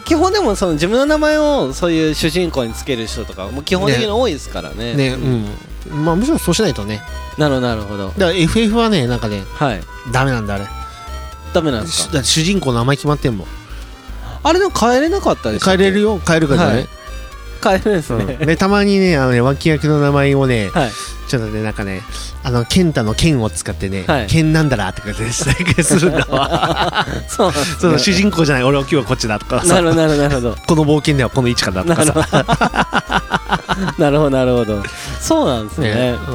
Speaker 2: 基本でもその自分の名前をそういう主人公につける人とかも基本的に多いですからね
Speaker 3: ねうんまあむしろそうしないとね
Speaker 2: なるほどなるほど
Speaker 3: だから FF はねなんかね
Speaker 2: はい
Speaker 3: ダメなんだあれ
Speaker 2: ダメなんです
Speaker 3: し
Speaker 2: か
Speaker 3: だって主人公の名前決まってんもん
Speaker 2: あれでも変えれなかったでしょ
Speaker 3: 変えれるよ変えるからね、
Speaker 2: 変えれるんですね、
Speaker 3: うんでたまにねあのね脇役の名前をね
Speaker 2: はい
Speaker 3: ちょっとねなんかねあの健太の剣を使ってね、
Speaker 2: はい
Speaker 3: 剣なんだらとかで再開す るんだわ
Speaker 2: そうなんですね
Speaker 3: その主人公じゃない俺は今日はこっちだとか
Speaker 2: な
Speaker 3: さ
Speaker 2: るほどなるほどなるほど
Speaker 3: この冒険ではこの位置からだと
Speaker 2: な
Speaker 3: か
Speaker 2: る
Speaker 3: さ
Speaker 2: ほどなるほど なるほどそうなんですね
Speaker 3: ねう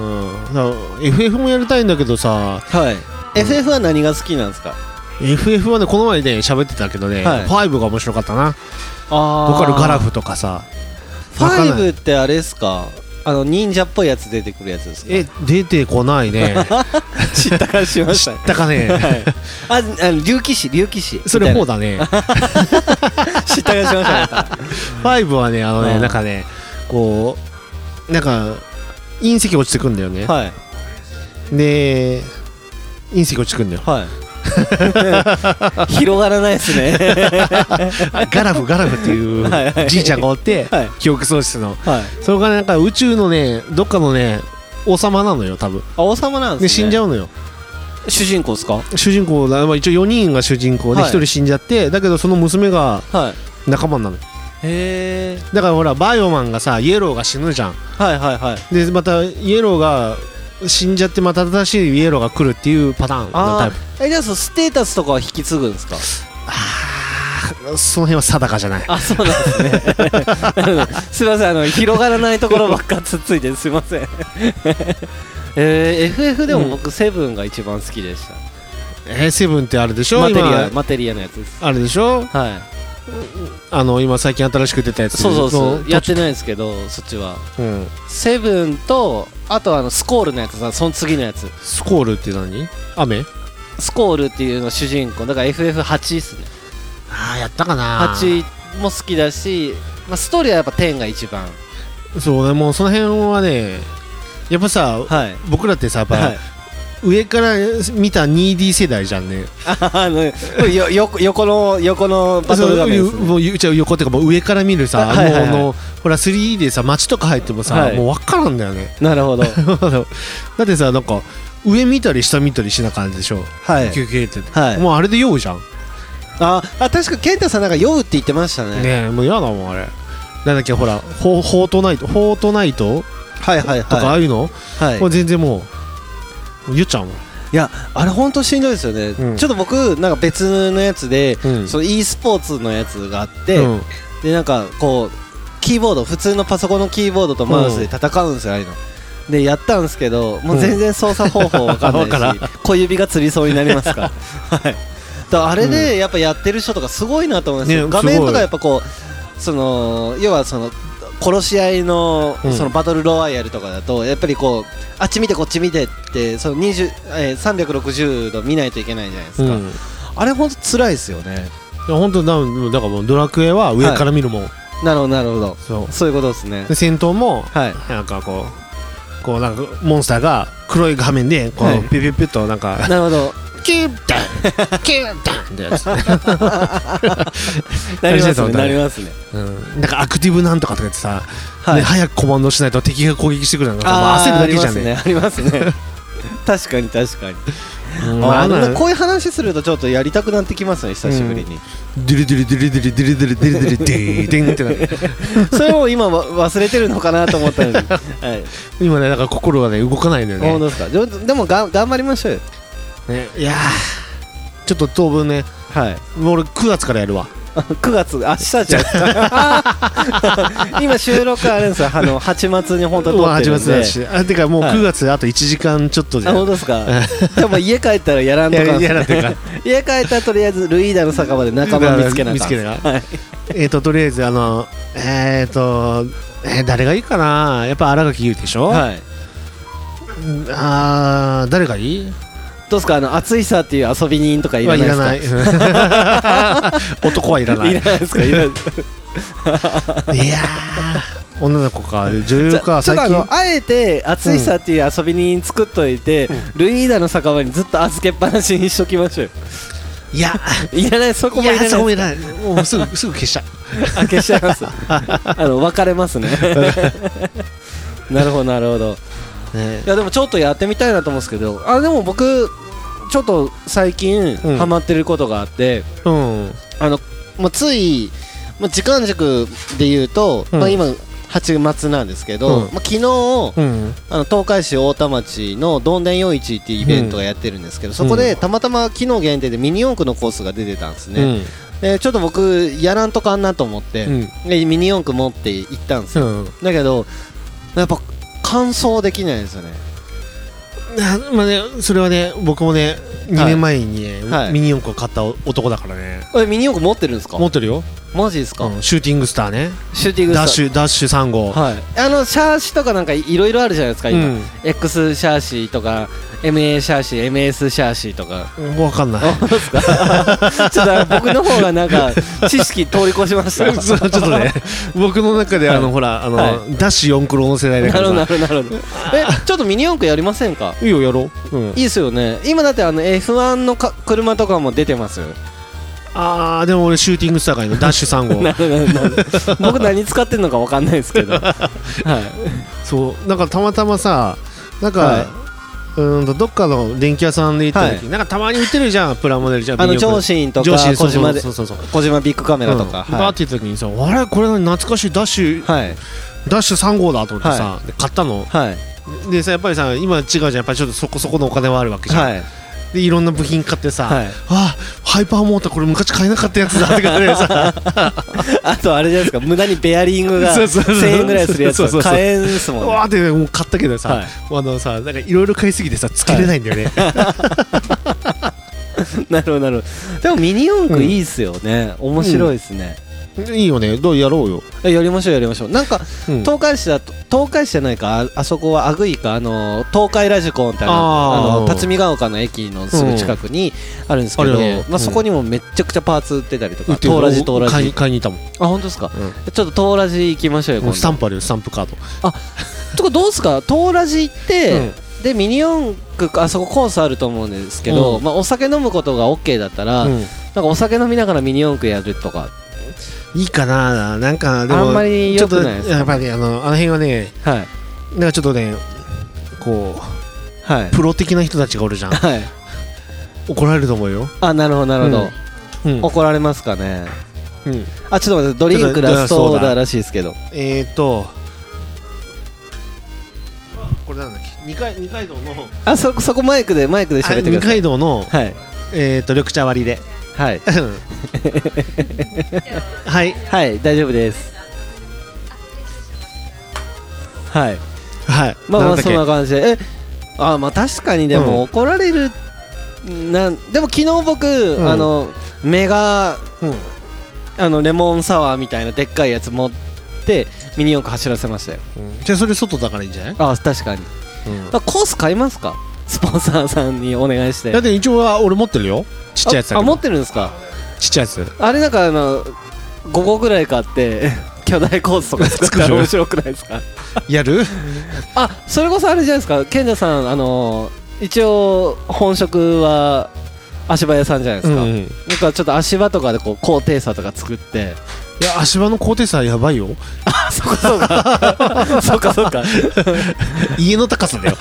Speaker 3: ん、だから FF もやりたいんだけどさ
Speaker 2: はい、FF は何が好きなんですか
Speaker 3: FF はねこの前ね喋ってたけどね、
Speaker 2: はい
Speaker 3: 5が面白かったな
Speaker 2: あ
Speaker 3: ボカルガラフとかさ
Speaker 2: フ
Speaker 3: わかんない
Speaker 2: ァイブってあれですかあの忍者っぽいやつ出てくるやつですか
Speaker 3: え出てこな いね
Speaker 2: 知ったかしま
Speaker 3: 知ったかね、
Speaker 2: はい、ああの竜騎士竜騎士
Speaker 3: それ4
Speaker 2: だ
Speaker 3: だね
Speaker 2: 知ったかしました
Speaker 3: 5はねあのね、
Speaker 2: うん
Speaker 3: なんかねこうなんか隕石落ちてくんだよね、
Speaker 2: はい
Speaker 3: で隕石落ちてくんだよ
Speaker 2: はい 広がらないですね
Speaker 3: あガラフガラフっていう
Speaker 2: はいはい
Speaker 3: じいちゃんがおって、
Speaker 2: はい
Speaker 3: 記憶喪失の
Speaker 2: はい
Speaker 3: それがなんか宇宙のねどっかのね王様なのよ多分
Speaker 2: あ王様なん
Speaker 3: で
Speaker 2: です
Speaker 3: 死
Speaker 2: ね
Speaker 3: んじゃうのよ
Speaker 2: う主人公ですか
Speaker 3: 主人公だ、まあ、一応4人が主人公で
Speaker 2: は
Speaker 3: 1
Speaker 2: い
Speaker 3: 人死んじゃって、だけどその娘が
Speaker 2: はい
Speaker 3: 仲間なの
Speaker 2: へえ
Speaker 3: だからほらバイオマンがさイエローが死ぬじゃん
Speaker 2: はいはいはい
Speaker 3: でまたイエローが死んじゃってまた新しいイエローが来るっていうパターンのタイ
Speaker 2: あ
Speaker 3: プ
Speaker 2: あえじゃあそのステータスとかは引き継ぐんですか
Speaker 3: その辺は定かじゃない
Speaker 2: あそうなんですね すいませんあの広がらないところばっかつっついてすいま せんえー、FF でも僕セブンが一番好きでした、
Speaker 3: えー、セブンってあれでしょ
Speaker 2: マテリア
Speaker 3: 今
Speaker 2: マテリアのやつです
Speaker 3: あれでしょ
Speaker 2: は
Speaker 3: あの今最近新しく出たや
Speaker 2: い
Speaker 3: つ
Speaker 2: そうそうそ
Speaker 3: の
Speaker 2: うやってないですけどそっちは
Speaker 3: うん、
Speaker 2: セブンとあとあのスコールのやつさその次のやつ
Speaker 3: スコールって何雨
Speaker 2: スコールっていうの主人公だから FF8 ですね
Speaker 3: ああやったかな
Speaker 2: 8も好きだし、まあ、ストーリーはやっぱ10が一番
Speaker 3: そうねもうその辺はねやっぱさ、
Speaker 2: はい
Speaker 3: 僕らってさやっぱ、
Speaker 2: はい
Speaker 3: 上から見た 2D 世代じゃんね
Speaker 2: あのよよ横の横のバトル画面です
Speaker 3: そう
Speaker 2: ね
Speaker 3: もうゆじゃあ横っていうかもう上から見るさ、
Speaker 2: はいはいはい
Speaker 3: もうあのほら 3D でさ街とか入ってもさ、
Speaker 2: はい
Speaker 3: もう分からんだ よね
Speaker 2: なるほど
Speaker 3: あのだってさなんか上見たり下見たりしな感じでしょ、
Speaker 2: はい
Speaker 3: 休憩って、
Speaker 2: はい
Speaker 3: もうあれで酔うじゃん
Speaker 2: ああ確か健太さんなんか酔うって言ってましたね
Speaker 3: ねえもう嫌だもんあれなんだっけほらフォフォートナイトフォートナイト
Speaker 2: はいはい
Speaker 3: とかああいうの、
Speaker 2: はい
Speaker 3: もう全然もう言っちゃうもん、
Speaker 2: いやあれ本当しんどいですよね、
Speaker 3: うん
Speaker 2: ちょっと僕なんか別のやつで、
Speaker 3: うん
Speaker 2: その e スポーツのやつがあって、
Speaker 3: うん
Speaker 2: でなんかこうキーボード普通のパソコンのキーボードとマウスで戦うんですよ、ああいうのでやったんですけどもう全然操作方法わかんないし、
Speaker 3: わからん
Speaker 2: 小指がつりそうになります からはいだからあれでやっぱやってる人とかすごいなと思いますよ、
Speaker 3: ね
Speaker 2: 画面と
Speaker 3: すご
Speaker 2: か
Speaker 3: い
Speaker 2: やっぱこうその要はその殺し合いの
Speaker 3: うん
Speaker 2: そのバトルロワイヤルとかだとやっぱりこうあっち見てこっち見てってその20、えー360度見ないといけないじゃないです
Speaker 3: う
Speaker 2: か、
Speaker 3: ん、い
Speaker 2: あれほんと辛いですよね
Speaker 3: や本当だだからもうドラクエは上から見るもん、
Speaker 2: なるほどなるほど
Speaker 3: そう
Speaker 2: そういうことですね
Speaker 3: で戦闘も
Speaker 2: はい
Speaker 3: なんかこうこうなんかモンスターが黒い画面でこう、
Speaker 2: はい
Speaker 3: ピュピュピュッとなんか
Speaker 2: なるほど
Speaker 3: キュッダンキュッダンってやつ、
Speaker 2: なります
Speaker 3: 大事だと思
Speaker 2: ね
Speaker 3: った
Speaker 2: なりますね
Speaker 3: うん、なんかアクティブなんとかとかってさ、
Speaker 2: はい
Speaker 3: ね早くコマンドしないと敵が攻撃してくるのが
Speaker 2: ー
Speaker 3: もう焦るだけじゃね
Speaker 2: ありますねあり ますね確かに確かに
Speaker 3: うんまあ
Speaker 2: あ
Speaker 3: あんな
Speaker 2: ーこういう話するとちょっとやりたくなってきますね久しぶりに
Speaker 3: デュリデュリデュリデュリデュリデュリデュリデュリデュリデンってなる
Speaker 2: それを今わ忘れてるのかなと思ったの にはい
Speaker 3: 今ねなんか心がね動かないんだよ
Speaker 2: 本当
Speaker 3: ね
Speaker 2: ですかででもが頑張りましょうよ
Speaker 3: ねいやーちょっと当分ね
Speaker 2: はい
Speaker 3: もう俺9月からやるわ
Speaker 2: 9月明日じゃ ないですか今収録あれですよあの8月に本当
Speaker 3: もう
Speaker 2: は
Speaker 3: 始
Speaker 2: 撮
Speaker 3: ま
Speaker 2: っ
Speaker 3: って
Speaker 2: るん
Speaker 3: た
Speaker 2: で
Speaker 3: しあてかもう
Speaker 2: はい
Speaker 3: 9月あと1時間ちょっとで
Speaker 2: あ本当ですかでも家帰ったらやらんとかん
Speaker 3: や
Speaker 2: すね
Speaker 3: やらんといかん
Speaker 2: 家帰ったらとりあえずルイーダの酒場で仲間見つけなあかん
Speaker 3: 見つけなあか
Speaker 2: はい
Speaker 3: えっととりあえずあのえっとえー誰がいいかなやっぱ新垣結衣でしょ
Speaker 2: はい
Speaker 3: うんあー誰がいい
Speaker 2: どうですかあの暑いさっていう遊び人とかいらないですか
Speaker 3: いらない男はいらないい
Speaker 2: らないです かいらないですか
Speaker 3: いやー女の子か女優か
Speaker 2: ちょっ
Speaker 3: 最
Speaker 2: とあ
Speaker 3: 近
Speaker 2: のあえて暑いさっていう遊び人作っといて、ルイーダの酒場にずっと預けっぱなしにしときましょうよ
Speaker 3: いや
Speaker 2: いらないそこも
Speaker 3: い
Speaker 2: いらな
Speaker 3: や
Speaker 2: い
Speaker 3: そこも いらないもうすぐすぐ消した
Speaker 2: あ消しちゃいますあの別れます ねなるほどなるほど
Speaker 3: ね
Speaker 2: いやでもちょっとやってみたいなと思うんですけどあでも僕ちょっと最近
Speaker 3: うん
Speaker 2: ハマってることがあって、
Speaker 3: うん
Speaker 2: あのもうつい、まあ、時間軸で言うと、
Speaker 3: うん
Speaker 2: まあ、今8月なんですけど、
Speaker 3: うん
Speaker 2: まあ、昨日
Speaker 3: うん
Speaker 2: あの東海市太田町のどんでん夜市っていうイベントがやってるんですけど、そこでたまたま昨日限定でミニ四駆のコースが出てたんです
Speaker 3: う
Speaker 2: ね、
Speaker 3: ん
Speaker 2: でちょっと僕やらんとかんなと思って、
Speaker 3: うん
Speaker 2: でミニ四駆持って行ったんですよ、
Speaker 3: うん
Speaker 2: だけどやっぱ完走できないんですよね
Speaker 3: なまあねそれはね僕もね2年前にね
Speaker 2: はい
Speaker 3: ミニ四駆を買った男だからね
Speaker 2: えミニ四駆持ってるんですか
Speaker 3: 持ってるよ
Speaker 2: マジですか、
Speaker 3: うんシューティングスターね
Speaker 2: シューティング
Speaker 3: ダッ
Speaker 2: ュ
Speaker 3: シュダッシュ3号
Speaker 2: はいあのシャーシとかなんかいろいろあるじゃないですか
Speaker 3: う
Speaker 2: 今、
Speaker 3: ん
Speaker 2: X シャーシとか MA シャーシ MS シャーシと か
Speaker 3: 分か んない
Speaker 2: あ本当ですかちょっとあの僕の方がなんか知識通り越しまし
Speaker 3: そ
Speaker 2: た
Speaker 3: うちょっとね僕の中であ
Speaker 2: は
Speaker 3: のほらあの
Speaker 2: は
Speaker 3: ダッシュ4クロの世代だ
Speaker 2: な
Speaker 3: か
Speaker 2: るほどな
Speaker 3: ら
Speaker 2: るほどなるほどえちょっとミニ四駆やりませんか
Speaker 3: さいいよやろううん
Speaker 2: いいですよね今だってあの F1 のか車とかも出てますよ
Speaker 3: あーでも俺シューティングスターがいいのダッシュ 3
Speaker 2: な
Speaker 3: 号
Speaker 2: るほどなるほど僕何使ってんのかわかんないですけど はい
Speaker 3: そうなんかたまたまさなんか、
Speaker 2: はいう
Speaker 3: ーんとどっかの電気屋さんで行った時、なんかたまに売ってるじゃんプラモデルじゃん
Speaker 2: あの
Speaker 3: ミニ四
Speaker 2: 上
Speaker 3: 駆
Speaker 2: 信とか
Speaker 3: 上司そ
Speaker 2: 小
Speaker 3: うそ
Speaker 2: 島
Speaker 3: う
Speaker 2: で
Speaker 3: そうそうそう
Speaker 2: 小島ビッグカメラと
Speaker 3: うん
Speaker 2: か、
Speaker 3: バー
Speaker 2: は
Speaker 3: って言った時にさあれこれ懐かしいダッシュ、
Speaker 2: いはい
Speaker 3: ダッシュ3号だと思ってさ、で買ったの
Speaker 2: はい
Speaker 3: でさやっぱりさ今違うじゃんやっぱりちょっとそこそこのお金はあるわけじゃん、
Speaker 2: はい
Speaker 3: でいろんな部品買ってさ、
Speaker 2: はい
Speaker 3: あハイパーモーターこれ昔買えなかったやつだって感じ でさ
Speaker 2: あとあれじゃないですか無駄にベアリング が
Speaker 3: そうそうそう
Speaker 2: 1000円ぐらいするやつ
Speaker 3: そうそ
Speaker 2: は
Speaker 3: うそう
Speaker 2: 買えんですもん
Speaker 3: う
Speaker 2: ね
Speaker 3: わーってもう買ったけどさ、
Speaker 2: はい
Speaker 3: もうあのさなんかいろいろ買いすぎてさつけれないんだよね、
Speaker 2: なるほどなるほどでもミニ四駆いいっすよね、面白いっすね、
Speaker 3: い、いよねどうやろうよ、
Speaker 2: えやりましょうやりましょうなんか
Speaker 3: うん
Speaker 2: 東海市だと東海市じゃないかああそこはアグイかあの東海ラジコンってあの
Speaker 3: あー
Speaker 2: あの辰巳ヶ丘の駅のすぐ近くにあるんですけど、
Speaker 3: あれよ
Speaker 2: まあ、そこにもめっちゃくちゃパーツ売ってたりとか東ラジ東ラ
Speaker 3: 買い
Speaker 2: ジ
Speaker 3: 買いに行ったもん
Speaker 2: あ本当ですか、
Speaker 3: うん
Speaker 2: ちょっと東ラジ行きましょうよ
Speaker 3: も
Speaker 2: 今
Speaker 3: うスタ
Speaker 2: 度
Speaker 3: ンプあるよスタンプカード
Speaker 2: とかどうですか東ラジ行って、でミニ四駆あそこコースあると思うんですけど、
Speaker 3: う
Speaker 2: まあ、お酒飲むことが OK だったら、
Speaker 3: う
Speaker 2: なん
Speaker 3: ん
Speaker 2: かお酒飲みながらミニ四駆やるとか
Speaker 3: いいかななんかでも
Speaker 2: あんまり良くないですか
Speaker 3: ちょっとやっぱりあのあの辺はね
Speaker 2: はい
Speaker 3: なんかちょっとねこ
Speaker 2: はいう
Speaker 3: プロ的な人たちがおるじゃん
Speaker 2: はい
Speaker 3: 怒られると思うよ、
Speaker 2: あなるほどなるほど、
Speaker 3: うんうん
Speaker 2: 怒られますかね
Speaker 3: うん
Speaker 2: あちょっと待ってドリンクラストオーダーらしいですけど
Speaker 3: えー、っとこれなんだっけ二階二階堂の
Speaker 2: あそそこマイクでマイクで
Speaker 3: あ
Speaker 2: 喋ってく
Speaker 3: 二
Speaker 2: ださい
Speaker 3: 階堂の、
Speaker 2: はい
Speaker 3: えー、っと緑茶割りで
Speaker 2: はい
Speaker 3: はい
Speaker 2: はい大丈夫ですはい
Speaker 3: はい
Speaker 2: まあま
Speaker 3: な
Speaker 2: あ
Speaker 3: んだっ
Speaker 2: そ
Speaker 3: け
Speaker 2: んな感じでえあまあ確かにで
Speaker 3: うん
Speaker 2: も怒られる、なんでも昨日僕、
Speaker 3: ん
Speaker 2: あのメガ
Speaker 3: うん
Speaker 2: あのレモンサワーみたいなでっかいやつ持ってミニ四駆走らせましたよ
Speaker 3: うんじゃあそれ外だからいいんじゃない、
Speaker 2: あ確かに、
Speaker 3: うん
Speaker 2: まあ、コース買いますかスポンサーさんにお願いして
Speaker 3: だって一応は俺持ってるよちっちゃいやつだ
Speaker 2: あ
Speaker 3: け
Speaker 2: あ
Speaker 3: ど
Speaker 2: 持ってるんですか
Speaker 3: ちっちゃいやつ
Speaker 2: あれなんかあの5個ぐらい買って 巨大コースとか作ったら面白くないですか
Speaker 3: やる
Speaker 2: あそれこそあれじゃないですか賢者さんあの一応本職は足場屋さんじゃないですか、
Speaker 3: うんうん
Speaker 2: なんかちょっと足場とかでこう高低差とか作って
Speaker 3: いや足場の高低差やばいよ
Speaker 2: あ そっか そっかそっか そっか
Speaker 3: 家の高さ だよ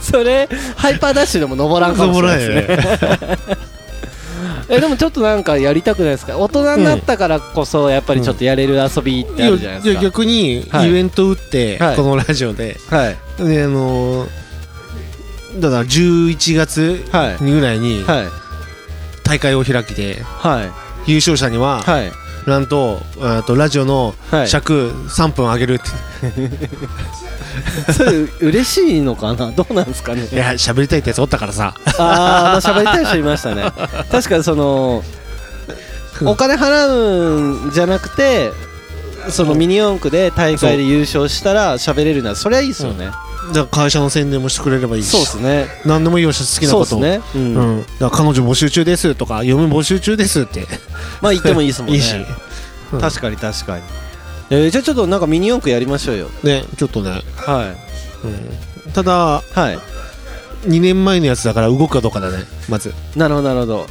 Speaker 2: それハイパーダッシュでも登らんかもしれないですね
Speaker 3: ね
Speaker 2: えでもちょっとなんかやりたくないですか大人になったからこそやっぱりちょっとやれる遊びってあるじゃない
Speaker 3: い
Speaker 2: です
Speaker 3: や
Speaker 2: か、
Speaker 3: 逆にイ
Speaker 2: はい
Speaker 3: ベント打って、
Speaker 2: はい
Speaker 3: このラジオで、
Speaker 2: はい
Speaker 3: であのーだから11月
Speaker 2: はい
Speaker 3: ぐらいに
Speaker 2: はい
Speaker 3: 体大会を開きで
Speaker 2: はい
Speaker 3: 優勝者には、
Speaker 2: はい
Speaker 3: なんとえっとラジオの
Speaker 2: はい
Speaker 3: 尺3分上げるって、
Speaker 2: それ嬉しいのかなどうなんですかね
Speaker 3: い、や喋りたいってやつおったからさ
Speaker 2: あーあの喋りたい人いました ね確かにそのお金払うんじゃなくてそのミニ四駆で大会で優勝したら喋れるならそれはいいですよね、
Speaker 3: だから会社の宣伝もしてくれればいいし
Speaker 2: そうですね
Speaker 3: 何でもいいよ好きな
Speaker 2: そうで
Speaker 3: こと
Speaker 2: す
Speaker 3: を
Speaker 2: ね、う
Speaker 3: うんん、だから彼女募集中ですとか嫁募集中ですって
Speaker 2: まあ言 ってもいいですもんね
Speaker 3: いいしうん
Speaker 2: 確かに確かに、えーじゃあちょっとなんかミニ四駆やりましょうよ
Speaker 3: ねちょっとね、
Speaker 2: はい
Speaker 3: うん、ただ
Speaker 2: はい
Speaker 3: 2年前のやつだから動くかどうかだねまず
Speaker 2: なるほどなるほど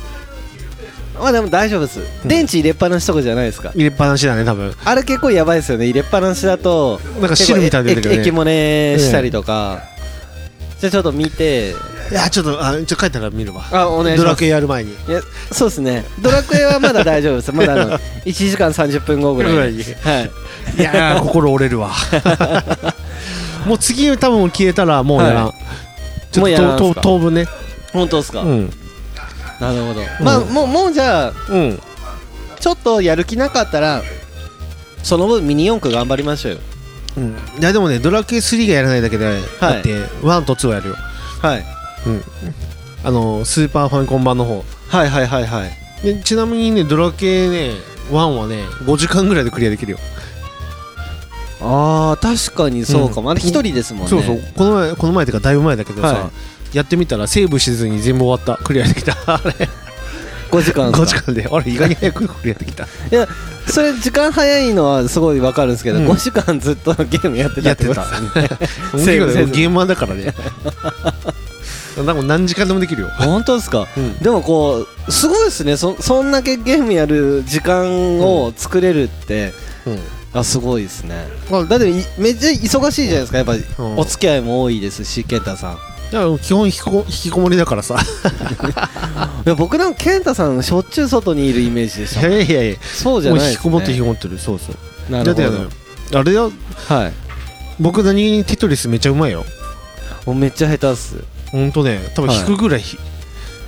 Speaker 2: まあでも大丈夫です、
Speaker 3: ん
Speaker 2: 電池入れっぱなしとかじゃないですか
Speaker 3: 入れっぱなしだね多分
Speaker 2: あれ結構やばいですよね入れっぱなしだと
Speaker 3: なんか汁みたいに出てくるね
Speaker 2: 結構ええ液漏れしたりとか、じゃあちょっと見て
Speaker 3: いやちょっとあちょっと帰ったら見るわ
Speaker 2: あお願いし
Speaker 3: ド
Speaker 2: ま
Speaker 3: ラ
Speaker 2: す
Speaker 3: クエやる前に
Speaker 2: いやそうですねドラクエはまだ大丈夫ですまだあ の1時間30分後ぐらい
Speaker 3: ぐらい
Speaker 2: は
Speaker 3: に
Speaker 2: い
Speaker 3: いや ー心折れるわもう次多分消えたらもうやらん、
Speaker 2: は
Speaker 3: ちょ
Speaker 2: もう
Speaker 3: っ
Speaker 2: やらん
Speaker 3: と
Speaker 2: す
Speaker 3: と
Speaker 2: か
Speaker 3: 当分ね
Speaker 2: 本当ですか、
Speaker 3: うん
Speaker 2: なるほど、まあ
Speaker 3: うん
Speaker 2: もうもうじゃあ
Speaker 3: うん
Speaker 2: ちょっとやる気なかったらその分ミニ四駆頑張りましょうよ
Speaker 3: うんいやでもねドラクエ3がやらないだけで、だって1と2はやるよ
Speaker 2: はい、
Speaker 3: あのスーパーファミコン版の方
Speaker 2: はいはいはいはい
Speaker 3: でちなみにねドラクエね1はね5時間ぐらいでクリアできるよ、
Speaker 2: あー確かにそうかも、あれ一人ですもんね
Speaker 3: そうそうこの前この前っていうかだいぶ前だけどさ、
Speaker 2: は
Speaker 3: やってみたらセーブせずに全部終わったクリアでき たあれ
Speaker 2: 5時 間
Speaker 3: 5時間であれ意外に早くクリアできた
Speaker 2: いやそれ時間早いのはすごいわかるんですけど、
Speaker 3: うん
Speaker 2: 5時間ずっとゲー ムやってたってことですよね セーブせず
Speaker 3: ゲーマーだか らねなんか何時間でもできるよ、
Speaker 2: 本当ですか
Speaker 3: うん
Speaker 2: でもこうすごいですねそそんだけゲームやる時間を作れるって、あすごいですね
Speaker 3: まあ、
Speaker 2: だ
Speaker 3: だ
Speaker 2: っていめっちゃ忙しいじゃないですかやっぱり、
Speaker 3: うん
Speaker 2: お付き合いも多いですし健太さん
Speaker 3: から基本引きこ引きこもりだからさ
Speaker 2: いや僕なんか健太さんしょっちゅう外にいるイメージでし
Speaker 3: い
Speaker 2: た
Speaker 3: やいやいや
Speaker 2: そうじゃ
Speaker 3: もう
Speaker 2: ない
Speaker 3: 引
Speaker 2: で
Speaker 3: き
Speaker 2: す、ね、
Speaker 3: こもって引きこもってるそうそう
Speaker 2: なるほど
Speaker 3: だってあのあれよ
Speaker 2: はい
Speaker 3: 僕何気にテトリスめっちゃうまいよ
Speaker 2: もうめっちゃ下手っす
Speaker 3: ほんとね多分
Speaker 2: はい
Speaker 3: 引くぐらい、ひ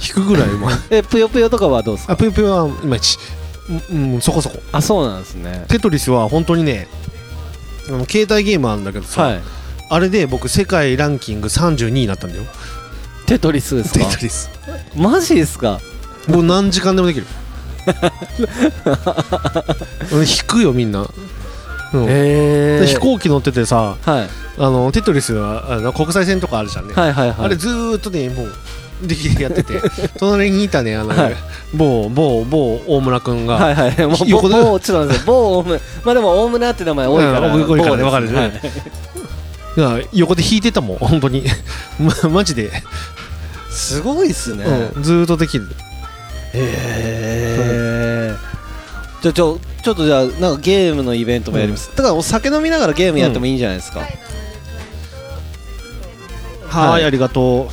Speaker 3: 引くぐらいうまい
Speaker 2: えぷよぷよとかはどうですか
Speaker 3: あぷよぷよはいまいちうん、うん、そこそこ
Speaker 2: あそうなんですね
Speaker 3: テトリスは本当にねあの携帯ゲームあるんだけどさ、
Speaker 2: はい
Speaker 3: あれで僕世界ランキング32位になったんだよ
Speaker 2: テトリスです
Speaker 3: テ
Speaker 2: か
Speaker 3: トリス
Speaker 2: マジですか
Speaker 3: もう何時間でもでき るうん引くよみんな、うん
Speaker 2: へ
Speaker 3: で飛行機乗っててさ
Speaker 2: はい
Speaker 3: あのテトリスはあの国際線とかあるじゃんね、
Speaker 2: はいはいはい
Speaker 3: あれずーっとねもうできやってて 隣にいたねあの、
Speaker 2: はい
Speaker 3: 某某某大村君が、
Speaker 2: はいはいもう
Speaker 3: 横で
Speaker 2: 某某ちょっと待ってください某大村まあでも大村って名前多いから
Speaker 3: うん多いからね
Speaker 2: 某
Speaker 3: わかるね
Speaker 2: はい
Speaker 3: が横で引いてたもん 本当にまマジで、
Speaker 2: すごいっすね
Speaker 3: うんずーっとできる
Speaker 2: へえじゃあちょちょっとじゃあなんかゲームのイベントもやりますだからお酒飲みながらゲームやってもいいんじゃないですか
Speaker 3: はい
Speaker 2: はい
Speaker 3: ありがと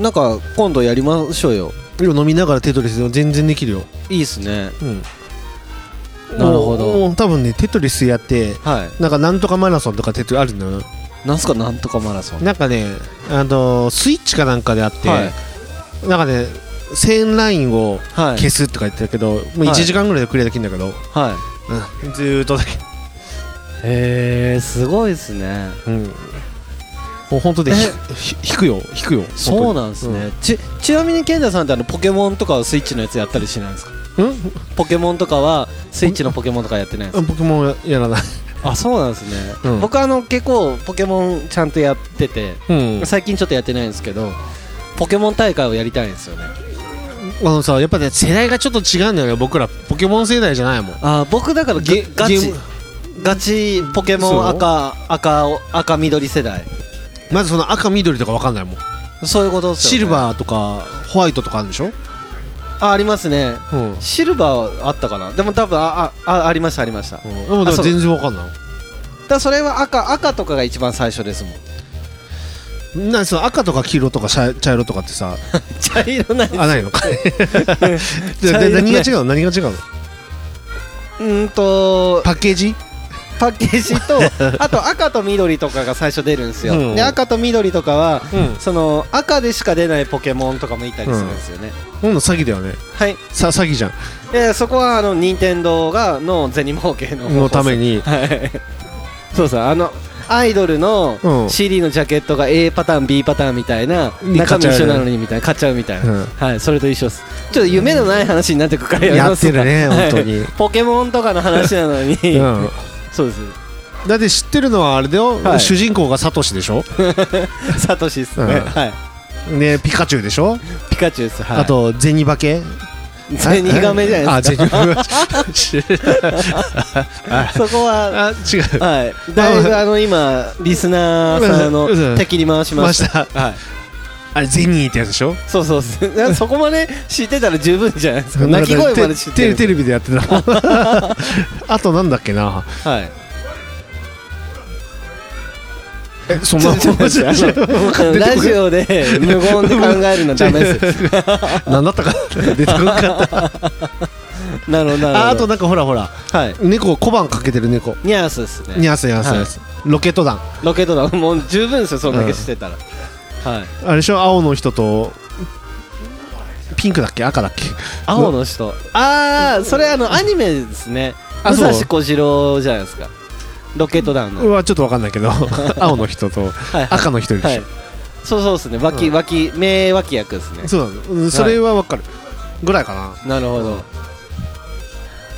Speaker 2: なんか今度やりましょうよ
Speaker 3: う飲みながらテトリス全然できるよ、
Speaker 2: いいっすね
Speaker 3: うん、
Speaker 2: なるほど
Speaker 3: もうもう多分ねテトリスやって
Speaker 2: はい
Speaker 3: なんかなんとかマラソンとかテトリあるんだよ
Speaker 2: なんすかなんとかマラソン
Speaker 3: なんかねあのスイッチかなんかであって、
Speaker 2: はい
Speaker 3: なんかね線ラインを
Speaker 2: はい
Speaker 3: 消すとか言ってたけど、もう1時間ぐらいでクリアできるんだけど、
Speaker 2: はい
Speaker 3: うん、ずーっとだけ
Speaker 2: へえすごいですね
Speaker 3: うんもう本当で
Speaker 2: え
Speaker 3: ひひ引くよ引くよ
Speaker 2: そうなんですね、ちちなみに健太さんってあのポケモンとかはスイッチのやつやったりしないんですか
Speaker 3: うん
Speaker 2: ポケモンとかはスイッチのポケモンとかやってないんです
Speaker 3: うん僕もややらない
Speaker 2: かあそうなんですね、
Speaker 3: うん
Speaker 2: 僕あの結構ポケモンちゃんとやってて
Speaker 3: うん
Speaker 2: 最近ちょっとやってないんですけどポケモン大会をやりたいんですよね
Speaker 3: あのさやっぱね世代がちょっと違うんだよね僕らポケモン世代じゃないもん
Speaker 2: あ僕だからゲ
Speaker 3: ゲ
Speaker 2: ガ
Speaker 3: ゲ
Speaker 2: チ
Speaker 3: ーム
Speaker 2: ガチポケモン赤赤赤緑世代
Speaker 3: まずその赤緑とかわかんないもん、
Speaker 2: そういうことですよ、ね、
Speaker 3: シルバーとかホワイトとかあるんでしょ
Speaker 2: ーあありますね
Speaker 3: うん、うん、で
Speaker 2: シルバーはあったかなでも多分あああありましたありました、だか
Speaker 3: もだから
Speaker 2: そう
Speaker 3: 全然わかんない
Speaker 2: らそれは赤赤とかが一番最初ですもん
Speaker 3: なその赤とか黄色とか茶茶色とかってさ
Speaker 2: 茶色ない
Speaker 3: あないのか
Speaker 2: 茶色
Speaker 3: で
Speaker 2: ね
Speaker 3: 何が違うの何が違うの
Speaker 2: うーんと
Speaker 3: パッケージ
Speaker 2: パッケージ とあと赤と緑とかが最初出るんですよ、
Speaker 3: うん
Speaker 2: で赤と緑とかは、
Speaker 3: うん
Speaker 2: その赤でしか出ないポケモンとかもいたりするんですよね、
Speaker 3: ほんの詐欺だよね
Speaker 2: はい
Speaker 3: さ詐欺じゃん
Speaker 2: でそこはあの任天堂がの銭儲けの
Speaker 3: のために
Speaker 2: はいそうそうあのアイドル
Speaker 3: う
Speaker 2: の
Speaker 3: ん
Speaker 2: CD のジャケットが A パターン B パターンみたいな
Speaker 3: うん
Speaker 2: 中身一緒なのにみたいな買っちゃうみたいな、
Speaker 3: うん
Speaker 2: はいそれと一緒ですちょっと夢のない話になってくから
Speaker 3: や
Speaker 2: ま
Speaker 3: っ
Speaker 2: す
Speaker 3: てるね
Speaker 2: はい
Speaker 3: 本当に、
Speaker 2: ポケモンとかの話なのに、
Speaker 3: うん
Speaker 2: そうです
Speaker 3: だって知ってるのはあれだよ、
Speaker 2: はい
Speaker 3: 主人公がサトシでしょ、
Speaker 2: サトシですね、
Speaker 3: うん
Speaker 2: はい
Speaker 3: ね、ピカチュウでしょ、
Speaker 2: ピカチュウですはい
Speaker 3: あとゼニバケ
Speaker 2: ゼニガメじゃないです
Speaker 3: すかあゼニバケ
Speaker 2: かそこは
Speaker 3: あ違う
Speaker 2: はいだいぶあの今リスナーさん
Speaker 3: うんう
Speaker 2: の
Speaker 3: ん
Speaker 2: 敵に回しま
Speaker 3: ま
Speaker 2: し
Speaker 3: した
Speaker 2: たはい
Speaker 3: あれゼニーってやつでしょ
Speaker 2: そうそうそうそこまで知ってたら十分じゃないですか鳴き声まで知ってる
Speaker 3: テレビでやってたあとなんだっけな
Speaker 2: はい
Speaker 3: えそんな
Speaker 2: あのラジオで無言で考えるのダメですよ
Speaker 3: 何だったか出てこなかった
Speaker 2: なるほど
Speaker 3: あ
Speaker 2: な
Speaker 3: あ
Speaker 2: るほ
Speaker 3: となんかほらほら
Speaker 2: どはい
Speaker 3: 猫小判かけてる猫
Speaker 2: ニャースですね
Speaker 3: ニャースニャースニャースロケット団
Speaker 2: ロケットだもう十分ですよそんだけしてたらはい
Speaker 3: あれでしょ青の人とピンクだっけ赤だっけ
Speaker 2: 青の人ああそれあのアニメですね
Speaker 3: あ
Speaker 2: 武
Speaker 3: そう
Speaker 2: 蔵小次郎じゃないですかロケット団
Speaker 3: う
Speaker 2: の
Speaker 3: わちょっとわかんない けど青の人と
Speaker 2: はい
Speaker 3: 赤の人いるで
Speaker 2: は
Speaker 3: し
Speaker 2: いそうそうですね脇
Speaker 3: うん
Speaker 2: 脇名脇役ですね
Speaker 3: ょそうなのうんそれはわかるぐらいかな
Speaker 2: なるほど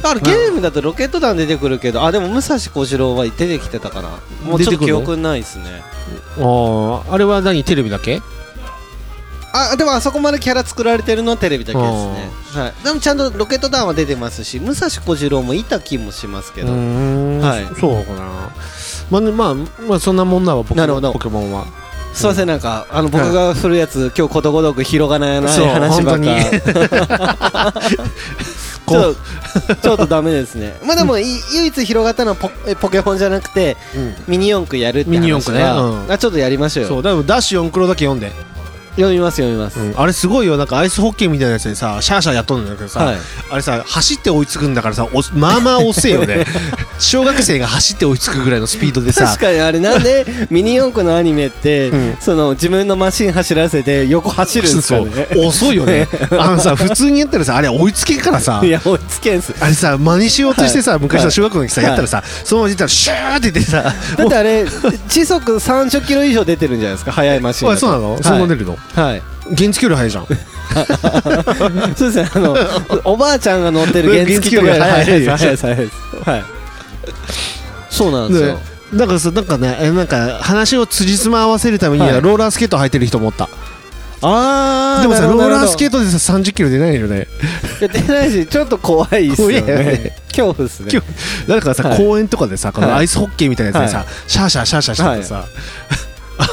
Speaker 2: だからゲームだとロケット団出てくるけどあでも武蔵小次郎は出てきてたかなもうちょっ
Speaker 3: 出て
Speaker 2: と
Speaker 3: くる
Speaker 2: 記
Speaker 3: の
Speaker 2: 憶ないですね
Speaker 3: あーあれは何テレビだけ
Speaker 2: あでもあそこまでキャラ作られてるのはテレビだけですね、はい、でもちゃんとロケット団は出てますし武蔵小次郎もいた気もしますけど、
Speaker 3: うーん
Speaker 2: はい
Speaker 3: そうかなまあねまあまあそんなもんなわポケ
Speaker 2: なるほど
Speaker 3: ポケモンは
Speaker 2: すいませんなんかあの僕が振るやつ、今日ことごとく広がない
Speaker 3: そう
Speaker 2: 話ばっか
Speaker 3: 本当
Speaker 2: ちょ
Speaker 3: こ
Speaker 2: っとちょっとダメです ねまあでもい唯一広がったのはポえポケモンじゃなくて
Speaker 3: う、うん
Speaker 2: ミニ四駆やるって話は
Speaker 3: ミニ四駆ねうん
Speaker 2: あちょっとやりましょうよ
Speaker 3: そうだからダッシュ四クロだけ読んで、
Speaker 2: 読みます読みます、
Speaker 3: あれすごいよなんかアイスホッケーみたいなやつでさシャーシャーやっとるんだけどさ、
Speaker 2: はい
Speaker 3: あれさ走って追いつくんだからさおまあまあ遅えよ ね小学生が走って追いつくぐらいのスピードでさ
Speaker 2: 確かにあれなんでミニ四駆のアニメって、
Speaker 3: うん
Speaker 2: その自分のマシン走らせて横走るんです
Speaker 3: そ
Speaker 2: か
Speaker 3: う
Speaker 2: ね
Speaker 3: 遅いよ ねあのさ普通にやったらさあれ追いつけっからさ
Speaker 2: いや追いつけんす
Speaker 3: あれさ真似しようとしてさ、
Speaker 2: はい
Speaker 3: 昔の小学校の時さ、
Speaker 2: はい
Speaker 3: やったらさそのまま出たらシューって出てさ
Speaker 2: だってあれ時速30キロ以上出てるんじゃないですか速いマシ ン
Speaker 3: お
Speaker 2: だ
Speaker 3: い
Speaker 2: と
Speaker 3: そうなの、そんな出
Speaker 2: る
Speaker 3: るの
Speaker 2: はい
Speaker 3: 原付より速いじゃん
Speaker 2: そうですねあのおばあちゃんが乗ってる原付とかより速いです
Speaker 3: 原
Speaker 2: 速いです速いですはいそうなんですよ、
Speaker 3: ねなんかさなんかねえなんか話を辻褄合わせるために
Speaker 2: はい
Speaker 3: ローラースケート履いてる人もおった
Speaker 2: ああ
Speaker 3: でもさローラースケ
Speaker 2: ー
Speaker 3: ートでさ30キロ出ないよね
Speaker 2: ト出ないしちょっと怖いですよ
Speaker 3: 怖いよ
Speaker 2: ね
Speaker 3: ね
Speaker 2: 恐怖ですね
Speaker 3: 今日だからさ、
Speaker 2: はい
Speaker 3: 公園とかでさこのアイスホッケーみたいなやつでさ、
Speaker 2: は
Speaker 3: シャーシャーシャーシャーしててさ、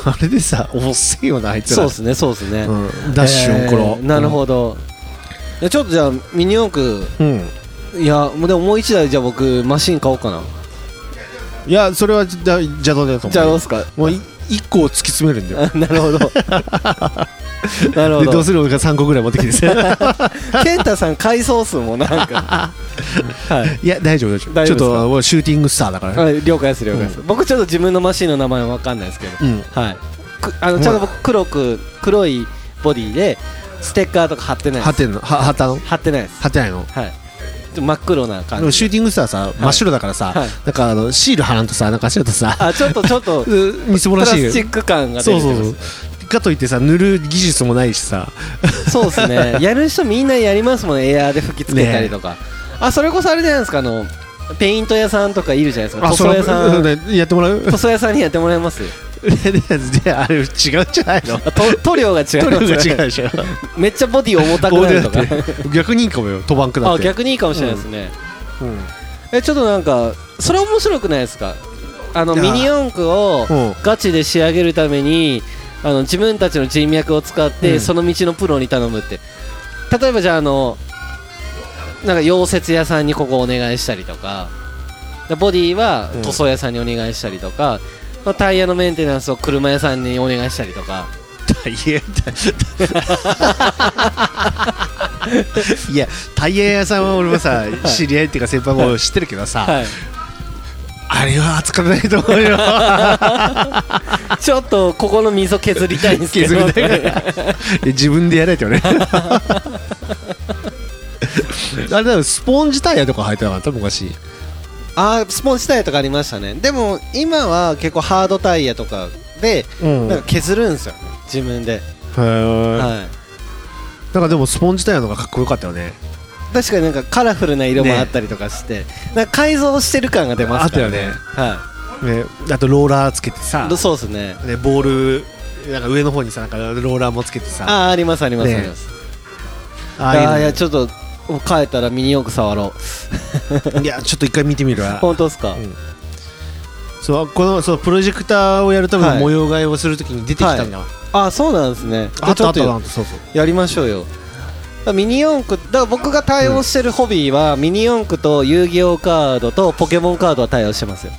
Speaker 3: あれでさ遅いよなあいつら
Speaker 2: そうですねそうですね、
Speaker 3: うん、ダッシュをころ、
Speaker 2: えーなるほど、いやちょっとじゃあミニ四駆
Speaker 3: ど、うん、
Speaker 2: いやもうでももう一台じゃあ僕マシン買おうかない
Speaker 3: やそれはじゃ邪道だと思う
Speaker 2: じゃあどうっすか
Speaker 3: もうい一個を突き詰めるんだよ
Speaker 2: なるほ どなるほ
Speaker 3: でど
Speaker 2: ど
Speaker 3: うするのか3個ぐらい持ってきて さ
Speaker 2: 健太さん回想数もなん かはい
Speaker 3: いや大丈夫大丈夫
Speaker 2: 大丈夫ですか
Speaker 3: ちょっともうシューティングスターだから、ね
Speaker 2: はい 了解です了解です、僕ちょっと自分のマシンの名前わかんないですけど
Speaker 3: うん
Speaker 2: はいくあのちゃんと僕黒く黒いボディでステッカーとか貼ってないで
Speaker 3: は
Speaker 2: す
Speaker 3: てんのははたの
Speaker 2: 貼ってないです
Speaker 3: はてないの
Speaker 2: はいちょっと真っ黒な
Speaker 3: あ
Speaker 2: 感
Speaker 3: の
Speaker 2: じ
Speaker 3: シューティングスターさ、真っ白だからさ、
Speaker 2: はい
Speaker 3: なんかあのシール貼らんとさなんかちょっとさ
Speaker 2: あちょっとちょっとプ
Speaker 3: うみす ぼら
Speaker 2: ラ
Speaker 3: しいよ
Speaker 2: スチック感が出て
Speaker 3: そう
Speaker 2: き
Speaker 3: そう
Speaker 2: ま
Speaker 3: そう
Speaker 2: す
Speaker 3: かといってさ塗る技術もないしさ
Speaker 2: そうです ね。やる人みんなやりますもんね。エアーで吹きつけたりとか。あ、それこそあれじゃないですか。あの、ペイント屋さんとかいるじゃないですか。塗装屋さ。
Speaker 3: うんんやってもらう
Speaker 2: 塗装屋さんにやってもらいます。
Speaker 3: であれ違うんじゃないの
Speaker 2: あと塗料が 違う。
Speaker 3: 塗料が違うでしょ
Speaker 2: めっちゃボディ重たくなるとか。
Speaker 3: 逆にいいかもよ飛ばんくな
Speaker 2: あ、
Speaker 3: って
Speaker 2: 逆にいいかもしれないですね。
Speaker 3: うん
Speaker 2: え、ちょっとなんか、それ面白くないですか。あの
Speaker 3: いや
Speaker 2: ミニ四駆を
Speaker 3: うん
Speaker 2: ガチで仕上げるために。あの自分たちの人脈を使って、
Speaker 3: うん
Speaker 2: その道のプロに頼むって例えばじゃああのなんか溶接屋さんにここお願いしたりとかボディは
Speaker 3: うん
Speaker 2: 塗装屋さんにお願いしたりとか、まあタイヤのメンテナンスを車屋さんにお願いしたりとか
Speaker 3: タイヤいやタイヤ屋さんは俺もさ知り合いっていうか先輩も知ってるけどさ
Speaker 2: はい、
Speaker 3: あれは扱わないと思うよ
Speaker 2: ちょっとここの溝削りたいんですけ
Speaker 3: 削
Speaker 2: ど
Speaker 3: りたいから自分でやれとねあれだよスポンジタイヤとか履いてなかった昔
Speaker 2: あースポンジタイヤとかありましたねでも今は結構ハードタイヤとかで
Speaker 3: うん
Speaker 2: なんか削るんですよね自分で、
Speaker 3: へ
Speaker 2: はい
Speaker 3: えんかでもスポンジタイヤの方がかっこよかったよね
Speaker 2: 確かになんかカラフルな色もあったりとかして、なんか改造してる感が出ますからね
Speaker 3: あっ
Speaker 2: は
Speaker 3: ねあとローラーつけてさ
Speaker 2: いどそうですね
Speaker 3: ねボールなんか上の方にさなんかローラーもつけてさ
Speaker 2: ああーありますあります、
Speaker 3: ね
Speaker 2: あります
Speaker 3: あ
Speaker 2: あ
Speaker 3: あいうの
Speaker 2: ーいやちょっと帰ったらミニ四駆触ろう
Speaker 3: いやちょっと一回見てみるわ
Speaker 2: 本当ですか、
Speaker 3: うんそうこのそうプロジェクターをやるための
Speaker 2: はい
Speaker 3: 模様替えをするときに出てきたんだ、
Speaker 2: あそうなんですね
Speaker 3: あったあった
Speaker 2: ちょ
Speaker 3: あ
Speaker 2: っ
Speaker 3: ったそうそう
Speaker 2: とやりましょうよだからミニ四駆だから僕が対応してるホビーは、ミニ四駆と遊戯王カードとポケモンカードは対応してますよ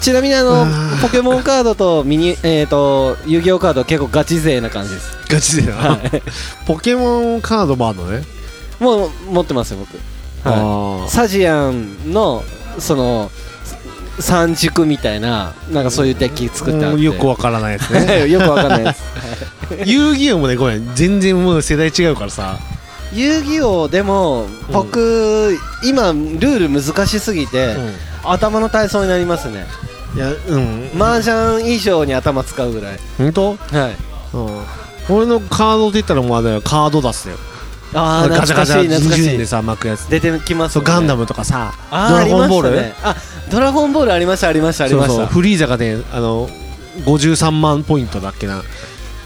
Speaker 2: ちなみにあの
Speaker 3: あー
Speaker 2: ポケモンカードとミニ、 えー、と遊戯王カードは結構ガチ勢な感じです
Speaker 3: ガチでな、ポケモンカードもあるのね、
Speaker 2: もう持ってますよ僕、は
Speaker 3: あ
Speaker 2: い、サジアンのその三軸みたいななんかそういうデッキ作ってあっ
Speaker 3: あ
Speaker 2: て
Speaker 3: よくわからないや つね
Speaker 2: よくわかんないです
Speaker 3: 遊戯王もねごめん全然もう世代違うからさ
Speaker 2: 遊戯王でも僕、今ルール難しすぎて、頭の体操になりますね
Speaker 3: いやうん
Speaker 2: 麻雀以上に頭使うぐらい
Speaker 3: 本当
Speaker 2: はい
Speaker 3: うん俺のカードって言ったらもうあれだよカードダスだよ
Speaker 2: ああ
Speaker 3: ガチャ
Speaker 2: 懐
Speaker 3: ガ
Speaker 2: か
Speaker 3: チ
Speaker 2: し
Speaker 3: ャ
Speaker 2: い懐かし
Speaker 3: で
Speaker 2: い
Speaker 3: さ巻くやつ
Speaker 2: 出てきます
Speaker 3: そ
Speaker 2: よ
Speaker 3: う
Speaker 2: ね
Speaker 3: ガンダムとかさ
Speaker 2: あ
Speaker 3: ドラゴンボール
Speaker 2: ありましたねあドラゴンボールありましたありましたあり
Speaker 3: そう
Speaker 2: ました
Speaker 3: そうフリーザがねあの53万ポイントだっけな、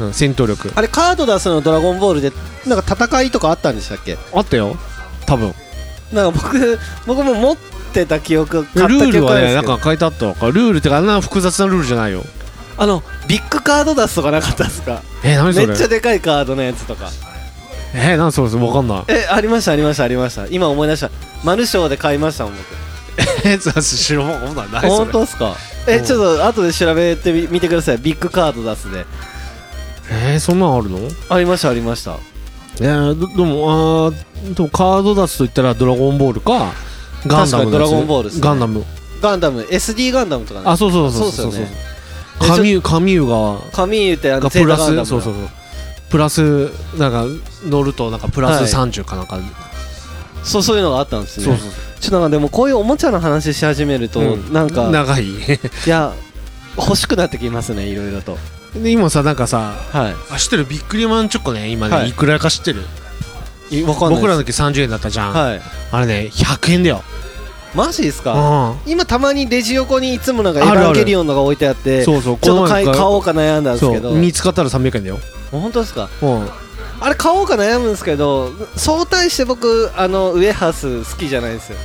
Speaker 3: うん、戦闘力
Speaker 2: あれカード出すのドラゴンボールでなんか戦いとかあったんでしたっけ
Speaker 3: あったよ多分
Speaker 2: なんか僕僕も持ってた記憶
Speaker 3: ル
Speaker 2: 買った
Speaker 3: ー
Speaker 2: 記
Speaker 3: ル
Speaker 2: 憶
Speaker 3: は
Speaker 2: あるんです
Speaker 3: ねなん
Speaker 2: けど
Speaker 3: か書いてあったわルールってかあんな複雑なルールじゃないよ
Speaker 2: あのビッグカード出すとかなかったですか
Speaker 3: え何
Speaker 2: め
Speaker 3: そ
Speaker 2: っちゃ
Speaker 3: れ
Speaker 2: でかいカードのやつとか
Speaker 3: え何それわかんない
Speaker 2: えありましたありましたありました今思い出したマルショーで買いましたもん僕
Speaker 3: えそう知らんわこんなんないそ
Speaker 2: 本
Speaker 3: れ
Speaker 2: 当ですかえ
Speaker 3: うん
Speaker 2: ちょっと後で調べてみ見てくださいビッグカード出すで
Speaker 3: えーそんなんあるのえ
Speaker 2: ありましたありました
Speaker 3: ーどどうもあーでもカード出すと言ったらドラゴンボールかガンダ
Speaker 2: 確かに
Speaker 3: ムのやつ
Speaker 2: ドラゴンボールっすね
Speaker 3: ガンダム
Speaker 2: ガンダム SD ガンダムとかね
Speaker 3: あそうそうそう
Speaker 2: そうっすよね
Speaker 3: カミューカミューが
Speaker 2: 紙言ってあの
Speaker 3: が
Speaker 2: ゼ
Speaker 3: プ
Speaker 2: ータ
Speaker 3: ラ
Speaker 2: ガンダム
Speaker 3: ス
Speaker 2: の
Speaker 3: そうそうそうプラスなんか乗るとなんかプラス30かなんか、
Speaker 2: そうそういうのがあったんですね
Speaker 3: そうそう
Speaker 2: ちょっとなんかでもこういうおもちゃの話し始めると、
Speaker 3: うん
Speaker 2: なんか
Speaker 3: 長い
Speaker 2: いや欲しくなってきますねいろいろと
Speaker 3: で今さなんかさ
Speaker 2: は
Speaker 3: あ知ってるビックリマンチョコね今ね、
Speaker 2: はい
Speaker 3: い、くらか知ってる
Speaker 2: いいわかんないです
Speaker 3: 僕らの時30円だったじゃん、
Speaker 2: はい
Speaker 3: あれね100円だよ、
Speaker 2: マジです
Speaker 3: う
Speaker 2: か
Speaker 3: ん、
Speaker 2: 今たまにレジ横にいつもなんかエヴ
Speaker 3: あるある
Speaker 2: ァンゲリオンのが置いてあって
Speaker 3: そうそう
Speaker 2: ちょっと買い
Speaker 3: この
Speaker 2: 買
Speaker 3: 前
Speaker 2: おうか悩んだんです
Speaker 3: そ
Speaker 2: けど
Speaker 3: う見つかったら300円だよ、
Speaker 2: 本当ですか
Speaker 3: うん、
Speaker 2: あれ買おうか悩むんですけど相対して僕あのウエハース好きじゃないんですよ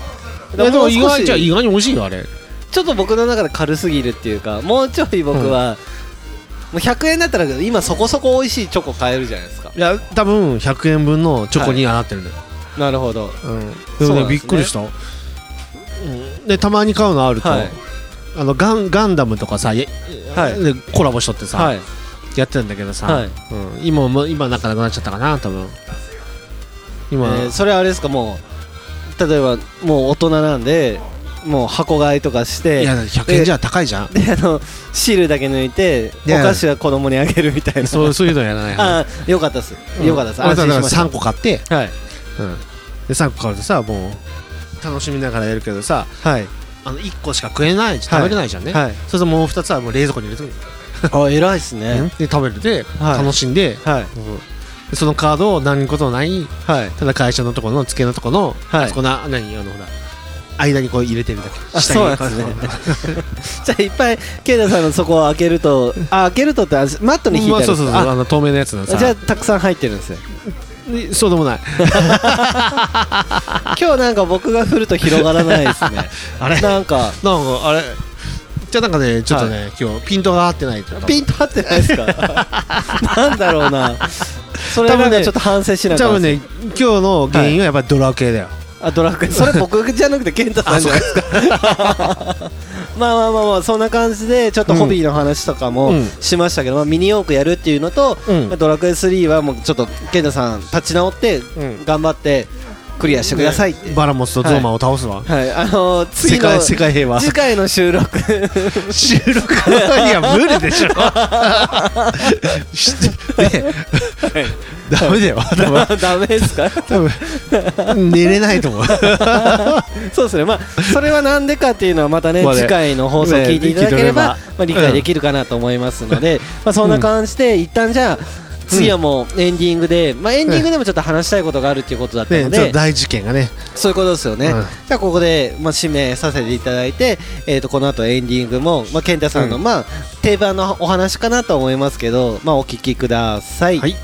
Speaker 3: で
Speaker 2: だから
Speaker 3: も
Speaker 2: う
Speaker 3: 意
Speaker 2: 少
Speaker 3: 外
Speaker 2: し
Speaker 3: じゃあ意外に美味しいよあれ
Speaker 2: ちょっと僕の中で軽すぎるっていうかもうちょい僕は、もう100円だったら今そこそこ美味しいチョコ買えるじゃないですか
Speaker 3: いや多分100円分のチョコにはなってるんだよ、
Speaker 2: なるほど
Speaker 3: うん、
Speaker 2: そ
Speaker 3: で
Speaker 2: う
Speaker 3: も
Speaker 2: なんです
Speaker 3: ね
Speaker 2: ね
Speaker 3: びっくりした、うん、でたまに買うのあると、
Speaker 2: はい
Speaker 3: あのガンガンダムとかさ、や
Speaker 2: はい
Speaker 3: でコラボしとってさ、
Speaker 2: はい
Speaker 3: やってたんだけどさ、
Speaker 2: はい、
Speaker 3: うん、今も今なんかなくなっちゃったかな多分今、
Speaker 2: えーそれはあれですかもう例えばもう大人なんでもう箱買いとかして
Speaker 3: いや100円じゃ高いじゃん
Speaker 2: であの汁だけ抜いてお
Speaker 3: いや
Speaker 2: 菓子は子供にあげるみたいな
Speaker 3: そうそういうのやらない
Speaker 2: ああよかったです、
Speaker 3: うん
Speaker 2: よかったです
Speaker 3: 俺
Speaker 2: 安心
Speaker 3: だか
Speaker 2: し
Speaker 3: ら
Speaker 2: まし
Speaker 3: 3個買って、
Speaker 2: たはい
Speaker 3: うん、で3個買うとさもう楽しみながらやるけどさ
Speaker 2: はい
Speaker 3: あの1個しか食えない食べれないじゃんね、
Speaker 2: はい
Speaker 3: それともう2つはもう冷蔵庫に入れてくる、
Speaker 2: あ偉いですね
Speaker 3: で食べるで、
Speaker 2: はい
Speaker 3: 楽しんで,、
Speaker 2: はい
Speaker 3: うんでそのカードを何事もない
Speaker 2: はい
Speaker 3: ただ会社のところの付けのところの、
Speaker 2: はい
Speaker 3: あそこの何あのほら間にこう入れてるだけ
Speaker 2: あ
Speaker 3: 下に
Speaker 2: そうなんです じゃあいっぱいケイダさんのそこを開けるとあ開けるとってあマットに引いて
Speaker 3: ま
Speaker 2: あ
Speaker 3: あ、
Speaker 2: る
Speaker 3: そうそうそうあ
Speaker 2: あ
Speaker 3: の透明のやつのさ
Speaker 2: じゃあたくさん入ってるんですよ
Speaker 3: でそうでもない
Speaker 2: 今日なんか僕が振ると広がらないですね
Speaker 3: あれ
Speaker 2: なんか
Speaker 3: なんかあれじゃあなんかねちょっとね、今日ピントが合ってないというか
Speaker 2: ピンと合ってないです かなんだろうなそれ
Speaker 3: 多
Speaker 2: な
Speaker 3: 分
Speaker 2: んか
Speaker 3: ね
Speaker 2: ちょっと反省しな
Speaker 3: 多
Speaker 2: がら
Speaker 3: 分ね今日の原因はやっぱりドラ系だよ、
Speaker 2: あドラクエそれ僕じゃなくて健太さんじゃないですかまあまあまあまあそんな感じでちょっとホビーの話とかも
Speaker 3: うん
Speaker 2: しましたけど、まあ、ミニ四駆やるっていうのと、
Speaker 3: うん
Speaker 2: ドラクエ3はもうちょっと健太さん立ち直って
Speaker 3: ん
Speaker 2: 頑張って、クリアしてくださいって、
Speaker 3: バラモスとゾーマを倒すわ、
Speaker 2: はいあのー、次
Speaker 3: 世
Speaker 2: の
Speaker 3: 界世界平和
Speaker 2: 次回の収録
Speaker 3: 収録いや無理でしょし ねダメだよ頭
Speaker 2: ダメですか
Speaker 3: 多分寝れないと 思う
Speaker 2: そうですねまあそれはなんでかっていうのはまたね
Speaker 3: まあね
Speaker 2: 次回の放送を聞いていただければ、まあ、理解できるかなと思いますので、まあ、そんな感じで一旦じゃあ次はもうエンディングで、まあ、エンディングでもちょっと話したいことがあるっていうことだった
Speaker 3: ね
Speaker 2: の
Speaker 3: ちょっと
Speaker 2: で、
Speaker 3: 大事件がね
Speaker 2: そういうことですよね、
Speaker 3: うん
Speaker 2: じゃあここで、まあ、締めさせていただいて、えー、とこの後エンディングも、まあ、健太さんの、
Speaker 3: う
Speaker 2: まあ、定番のお話かなと思いますけど、まあ、お聞きください、
Speaker 3: はい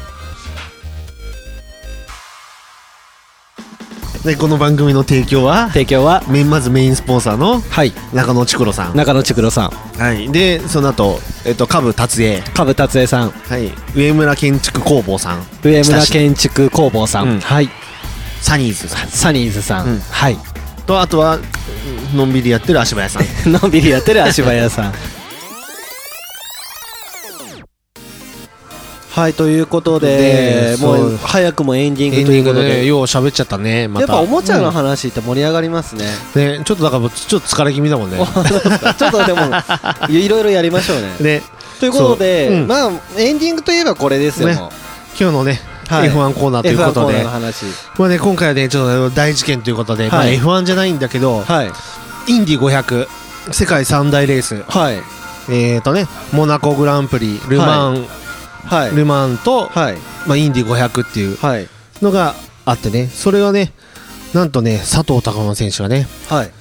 Speaker 3: でこの番組の提供は
Speaker 2: 提供は
Speaker 3: メインまずメインスポンサーの
Speaker 2: はい
Speaker 3: 中野ちくろさん、
Speaker 2: 中野千黒さん
Speaker 3: はい、でその後、えっと下部達也、
Speaker 2: 株達也さん
Speaker 3: はい、上村建築工房さん
Speaker 2: 上村建築工房さん、
Speaker 3: うん
Speaker 2: はい
Speaker 3: サニーズさ
Speaker 2: サニーズさん、
Speaker 3: うん
Speaker 2: はい
Speaker 3: んとあとはのんびりやってる足早さん
Speaker 2: のんびりやってる足早さんはいということで
Speaker 3: で
Speaker 2: も
Speaker 3: そうう
Speaker 2: 早くもエンディング
Speaker 3: エン
Speaker 2: と
Speaker 3: デ
Speaker 2: い
Speaker 3: ィ
Speaker 2: う
Speaker 3: ン
Speaker 2: こ
Speaker 3: グ
Speaker 2: とで、
Speaker 3: でよう喋っちゃったねま
Speaker 2: やったぱおもちゃの話って盛り上がりますね、
Speaker 3: ねちょっとだからちょっと疲れ気味だもんね
Speaker 2: ちょっとでもいろいろやりましょうね
Speaker 3: で
Speaker 2: ということで、
Speaker 3: そううん
Speaker 2: まあエンディングといえばこれですよ、
Speaker 3: ね
Speaker 2: もう
Speaker 3: 今日のね、
Speaker 2: はい
Speaker 3: F1 コーナーという
Speaker 2: F1
Speaker 3: こ
Speaker 2: コ
Speaker 3: と
Speaker 2: ーナー
Speaker 3: で
Speaker 2: の話
Speaker 3: まあね、今回はねちょっと大事件ということで、
Speaker 2: はい
Speaker 3: まあ、F1 じゃないんだけど、
Speaker 2: はい
Speaker 3: インディ500世界三大レース
Speaker 2: はい
Speaker 3: えーとねモナコグランプリルマン、
Speaker 2: はい
Speaker 3: ルマンと、
Speaker 2: はい
Speaker 3: まあ、インディ500っていう
Speaker 2: はい
Speaker 3: のがあってねそれはねなんとね佐藤隆馬選手がね
Speaker 2: はい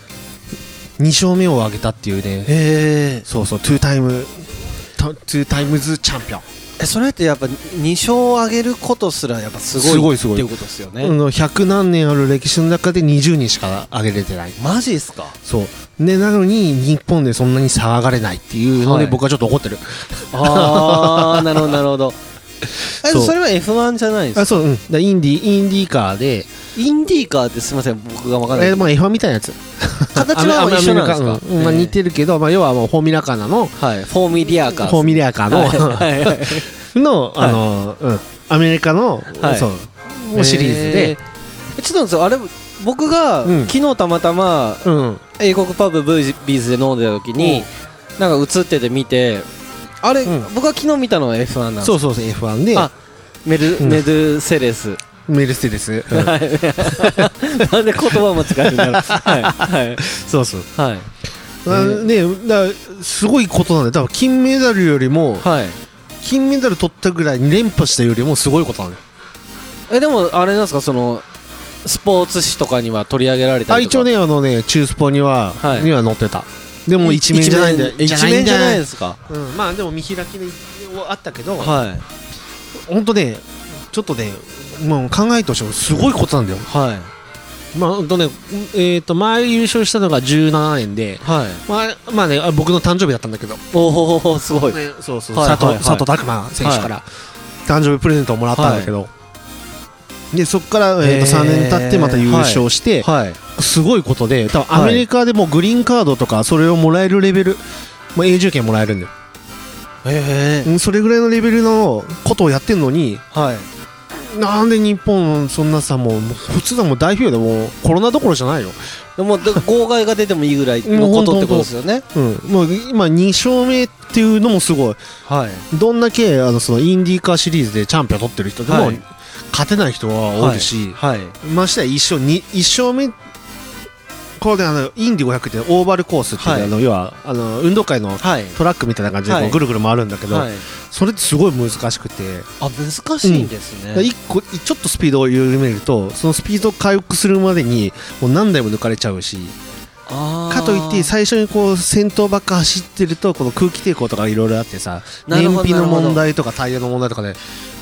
Speaker 3: 2勝目を挙げたっていうね
Speaker 2: へ
Speaker 3: そうそうトゥータイムトゥータイムズチャンピオン
Speaker 2: えそれってやっぱ2勝上げることすらやっぱすごい
Speaker 3: すごいすご
Speaker 2: っ
Speaker 3: い
Speaker 2: ていうことですよね、
Speaker 3: うん100何年ある歴史の中で20人しか挙げれてない
Speaker 2: マジっすか
Speaker 3: そうねなのに日本でそんなに騒がれないっていうので、
Speaker 2: はい
Speaker 3: 僕はちょっと怒ってる
Speaker 2: ああなるほどなるほどえ
Speaker 3: そう
Speaker 2: それは F1 じゃないんです
Speaker 3: あ
Speaker 2: か
Speaker 3: そううんだインディインディカーで、
Speaker 2: インディーカーってすみません僕が分からない、
Speaker 3: えーまあ、F1 みたいなやつ
Speaker 2: 形は
Speaker 3: あの
Speaker 2: 一緒なんですか
Speaker 3: アメリカうんまあ、似てるけど、まあ、要はもうフォーミュラカーナの
Speaker 2: えーはいフォーミュリアカー
Speaker 3: フォーミュラカーの、
Speaker 2: はいはいはい
Speaker 3: の、
Speaker 2: はい
Speaker 3: あの、うん、アメリカの、
Speaker 2: はい
Speaker 3: そう、シリーズで、
Speaker 2: えーちょっとなんですよあれ僕が、
Speaker 3: うん
Speaker 2: 昨日たまたま
Speaker 3: うん、
Speaker 2: 英国パブブービーズで飲んでた時に、なんか映ってて見てあれ、
Speaker 3: うん
Speaker 2: 僕が昨日見たのは F1 なんです
Speaker 3: そうそうそう F1 で、
Speaker 2: あメル、
Speaker 3: うん
Speaker 2: メルセデス、
Speaker 3: メルセデス、う ん
Speaker 2: はい なんで言葉間違えるんだろうはいはい
Speaker 3: そうそう、
Speaker 2: はい
Speaker 3: あね、だからすごいことなんだよ。多分金メダルよりも、
Speaker 2: はい
Speaker 3: 金メダル取ったぐらい連覇したよりもすごいことなんだよ。
Speaker 2: えでもあれなんですかそのスポーツ紙とかには取り上げられた
Speaker 3: あ
Speaker 2: りと
Speaker 3: 一
Speaker 2: か
Speaker 3: 応ね、あのね、中スポには、
Speaker 2: はい
Speaker 3: には載ってた。でも一面じゃないんだよ。
Speaker 2: 一面じゃない
Speaker 3: よ。
Speaker 2: ですか
Speaker 3: うん、まあでも見開きであったけど、
Speaker 2: はい
Speaker 3: 本当ね、ちょっとね、もう考えてほしい。すごいことなんだよ。
Speaker 2: はい
Speaker 3: まあ、ほんとね、えっ、と、前優勝したのが17年で、
Speaker 2: はい
Speaker 3: まあ、まあね、あ僕の誕生日だったんだけど、
Speaker 2: おおすごい
Speaker 3: ねそうそう、
Speaker 2: はい
Speaker 3: 佐藤、
Speaker 2: はいはい
Speaker 3: 佐藤拓磨選手から、誕生日プレゼントをもらったんだけど、で、そこから、えー
Speaker 2: へー
Speaker 3: と3年経ってまた優勝して、
Speaker 2: はい
Speaker 3: すごいことで、多分
Speaker 2: はい
Speaker 3: アメリカでもグリーンカードとか、それをもらえるレベル、まあ、永住権もらえるんだよ。
Speaker 2: へえ
Speaker 3: うんそれぐらいのレベルのことをやってんのに、
Speaker 2: はい
Speaker 3: なんで日本、そんなさ、もう、もう普通だもう代表でもうコロナどころじゃないよ。
Speaker 2: でもだ号外が出てもいいぐらいのことってことですよね
Speaker 3: うん、もう今2勝目っていうのもすごい
Speaker 2: はい
Speaker 3: どんだけあのそのインディーカーシリーズでチャンピオン取ってる人でも、
Speaker 2: はい
Speaker 3: 勝てない人は多いし、
Speaker 2: はい
Speaker 3: ましてや1勝に一勝目これであのインディ500ってオーバルコースっていう、
Speaker 2: はい
Speaker 3: あの要はあの運動会の
Speaker 2: はい
Speaker 3: トラックみたいな感じで
Speaker 2: はい
Speaker 3: こうぐるぐる回るんだけど、
Speaker 2: はい
Speaker 3: それってすごい難しくて、
Speaker 2: あ難しいんですね、
Speaker 3: 一個ちょっとスピードを緩めるとそのスピードを回復するまでにもう何台も抜かれちゃうし。
Speaker 2: あー
Speaker 3: かといって最初にこう先頭ばっか走ってるとこの空気抵抗とかいろいろあってさ
Speaker 2: なるほ
Speaker 3: 燃
Speaker 2: ど
Speaker 3: 費の
Speaker 2: なるほど
Speaker 3: 問題とかタイヤの問題とかで